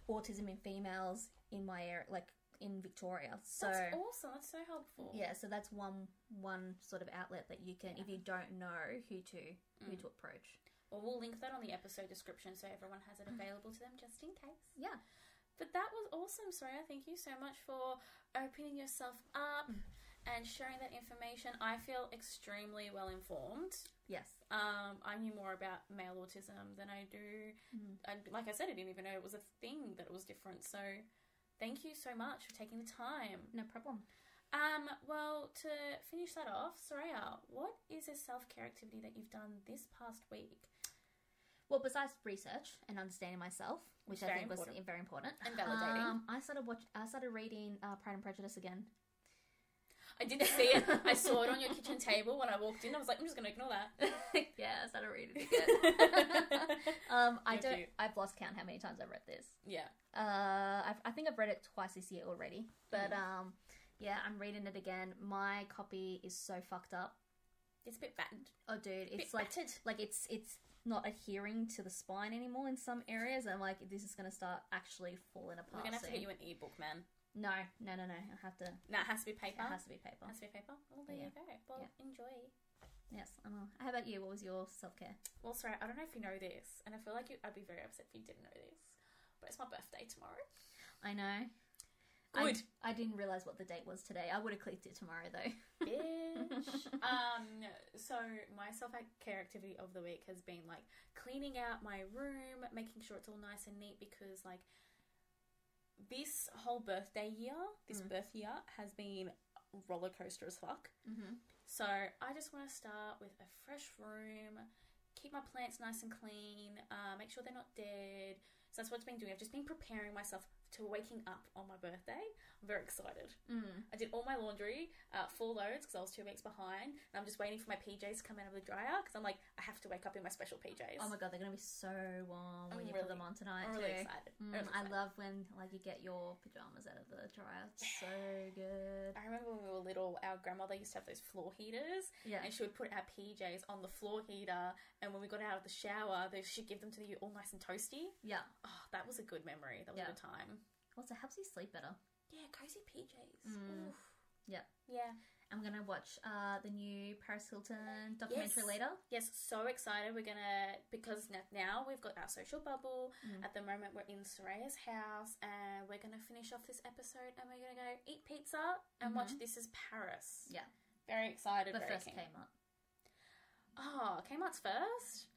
Speaker 1: autism in females in my area, like in Victoria. So
Speaker 2: That's awesome. That's so helpful.
Speaker 1: yeah, so that's one one sort of outlet that you can, if you don't know who to who to approach.
Speaker 2: Well, we'll link that on the episode description so everyone has it available to them just in case.
Speaker 1: Yeah,
Speaker 2: But that was awesome, Soraya. Thank you so much for opening yourself up and sharing that information. I feel extremely well informed.
Speaker 1: yes,
Speaker 2: Um, I knew more about male autism than I do. And like I said, I didn't even know it was a thing that it was different. So thank you so much for taking the time.
Speaker 1: no problem.
Speaker 2: Um, well, to finish that off, Soraya, what is a self care activity that you've done this past week?
Speaker 1: Well, besides research and understanding myself, which I
Speaker 2: Very
Speaker 1: think was
Speaker 2: important.
Speaker 1: very important,
Speaker 2: And validating.
Speaker 1: um, I started watch. I started reading uh, Pride and Prejudice again.
Speaker 2: I did see it. I saw it on your kitchen table when I walked in. I was like, I'm just going to ignore that.
Speaker 1: yeah, I started reading again. um, I
Speaker 2: You're
Speaker 1: don't.
Speaker 2: cute.
Speaker 1: I've lost count how many times I've read this.
Speaker 2: yeah.
Speaker 1: Uh, I've, I think I've read it twice this year already,
Speaker 2: Mm.
Speaker 1: but um, yeah, I'm reading it again. My copy is so fucked up.
Speaker 2: It's a bit fattened.
Speaker 1: Oh, dude, it's
Speaker 2: bit
Speaker 1: like
Speaker 2: battered.
Speaker 1: like it's it's not adhering to the spine anymore in some areas. I'm like, this is gonna start actually falling apart.
Speaker 2: We're gonna have to get
Speaker 1: soon.
Speaker 2: you an ebook, man.
Speaker 1: No, no, no, no. I have to.
Speaker 2: No, it has to be paper.
Speaker 1: It has to be paper.
Speaker 2: Has to be paper. Well, there you
Speaker 1: Yeah.
Speaker 2: go. Well, enjoy.
Speaker 1: Yes. I'm all... How about you? What was your self care?
Speaker 2: Well, sorry, I don't know if you know this, and I feel like you, I'd be very upset if you didn't know this, but it's my birthday tomorrow.
Speaker 1: I know. I,
Speaker 2: Good.
Speaker 1: I didn't realize what the date was today. I would have clicked it tomorrow though.
Speaker 2: Bitch. um, so my self care activity of the week has been like cleaning out my room, making sure it's all nice and neat because like this whole birthday year,
Speaker 1: Mm.
Speaker 2: this birth year has been roller coaster as fuck.
Speaker 1: Mm-hmm.
Speaker 2: So I just want to start with a fresh room, keep my plants nice and clean, uh, make sure they're not dead. So that's what I've been doing. I've just been preparing myself to waking up on my birthday. I'm very excited.
Speaker 1: Mm.
Speaker 2: I did all my laundry, uh, full loads, because I was two weeks behind, and I'm just waiting for my PJs to come out of the dryer because I'm like, I have to wake up in my special PJs.
Speaker 1: Oh my god, they're gonna be so warm when
Speaker 2: I'm
Speaker 1: you
Speaker 2: really-
Speaker 1: put them on tonight
Speaker 2: I'm
Speaker 1: too.
Speaker 2: really excited.
Speaker 1: Mm, I
Speaker 2: Really excited.
Speaker 1: love when like you get your pajamas out of the dryer. It's so good.
Speaker 2: I remember when we were little, our grandmother used to have those floor heaters,
Speaker 1: Yeah.
Speaker 2: and she would put our PJs on the floor heater. And when we got out of the shower, they, she'd give them to you all nice and toasty.
Speaker 1: Yeah.
Speaker 2: Oh, that was a good memory. That was
Speaker 1: Yeah.
Speaker 2: a good time.
Speaker 1: Also helps you sleep better.
Speaker 2: Yeah, cozy PJs.
Speaker 1: Mm.
Speaker 2: Oof.
Speaker 1: Yep.
Speaker 2: Yeah.
Speaker 1: I'm gonna watch uh, the new Paris Hilton documentary
Speaker 2: Yes.
Speaker 1: later.
Speaker 2: Yes, so excited. We're gonna because n- now we've got our social bubble.
Speaker 1: Mm.
Speaker 2: At the moment, we're in Soraya's house, and we're gonna finish off this episode, and we're gonna go eat pizza and watch This Is Paris.
Speaker 1: Mm-hmm. Yeah.
Speaker 2: very excited.
Speaker 1: But
Speaker 2: very
Speaker 1: first
Speaker 2: keen.
Speaker 1: Kmart.
Speaker 2: Oh, Kmart's first.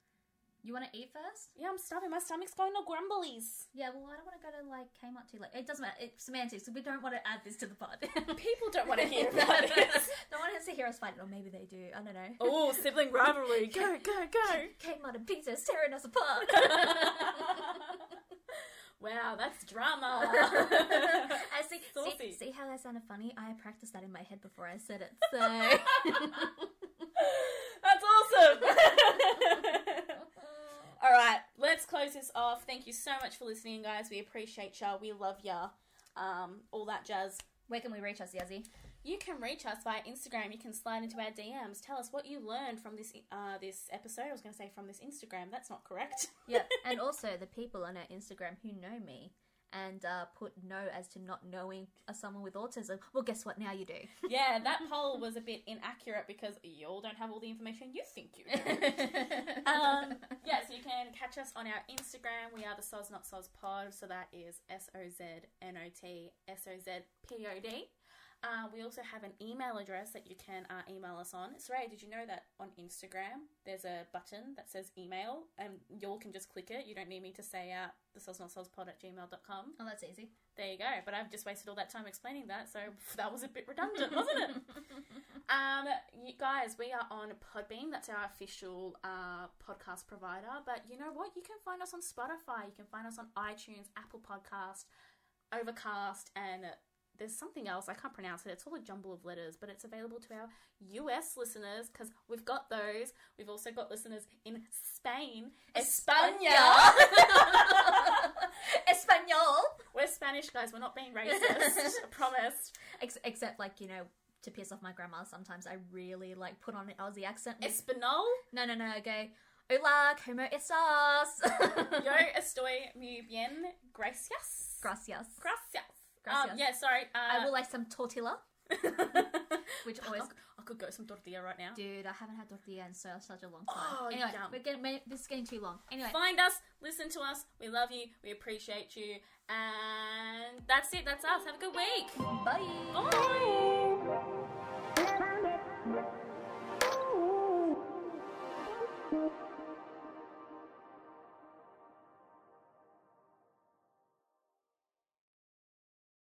Speaker 1: You want to eat first?
Speaker 2: Yeah, I'm starving. My stomach's going to grumblies.
Speaker 1: Yeah. Well, I don't want to go to like Kmart too late. It doesn't matter. It's semantics. We don't want to add this to the pod.
Speaker 2: People don't want to hear about this.
Speaker 1: no one has to hear us fight it, or maybe they do. I don't know.
Speaker 2: Oh, sibling rivalry. Go, go, go.
Speaker 1: Kmart and pizza's tearing us apart.
Speaker 2: wow, that's drama.
Speaker 1: I see, see,
Speaker 2: Saucy.
Speaker 1: see how that sounded funny? I practiced that in my head before I said it. So
Speaker 2: That's awesome. All right, let's close this off. Thank you so much for listening, guys. We appreciate ya. We love ya. Um, all that jazz.
Speaker 1: where can we reach us, Yazzie?
Speaker 2: You can reach us via Instagram. You can slide into our DMs. Tell us what you learned from this uh, this episode. I was going to say from this Instagram. That's not correct.
Speaker 1: Yeah, and also the people on our Instagram who know me and uh, put no as to not knowing a someone with autism. Well, guess what? Now you do.
Speaker 2: yeah, that poll was a bit inaccurate because y'all don't have all the information you think you do. um, yeah, so you can catch us on our Instagram. We are the Soz Not Soz Pod. So that is S O Z N O T S O Z P O D. Uh, we also have an email address that you can uh, email us on. Soraya, did you know that on Instagram there's a button that says email and you all can just click it? You don't need me to say out the soz not soz pod at gmail.com.
Speaker 1: Oh, that's easy.
Speaker 2: There you go. But I've just wasted all that time explaining that, so that was a bit redundant, wasn't it? Um, you guys, we are on Podbean. That's our official uh, podcast provider. But you know what? You can find us on Spotify. You can find us on iTunes, Apple Podcast, Overcast, and there's something else. I can't pronounce it. It's all a jumble of letters, but it's available to our US listeners because we've got those. We've also got listeners in Spain, España.
Speaker 1: Espanol.
Speaker 2: We're Spanish, guys. We're not being racist. I promise.
Speaker 1: Ex- except, like, you know, to piss off my grandma, sometimes I really, like, put on an Aussie accent.
Speaker 2: Espanol.
Speaker 1: no, no, no, I go, hola, como estas?
Speaker 2: Yo estoy muy bien. Gracias.
Speaker 1: Gracias.
Speaker 2: Gracias. Um,
Speaker 1: Gracias.
Speaker 2: yeah, sorry. Uh,
Speaker 1: I will like some tortilla, which always
Speaker 2: I, I could go some tortilla right now.
Speaker 1: Dude, I haven't had tortilla in so such a long time.
Speaker 2: Oh,
Speaker 1: anyway,
Speaker 2: yum.
Speaker 1: we're getting ma- this is getting too long. Anyway,
Speaker 2: Find us, listen to us. We love you. We appreciate you. And that's it. That's us. Have a good week.
Speaker 1: bye.
Speaker 2: Bye.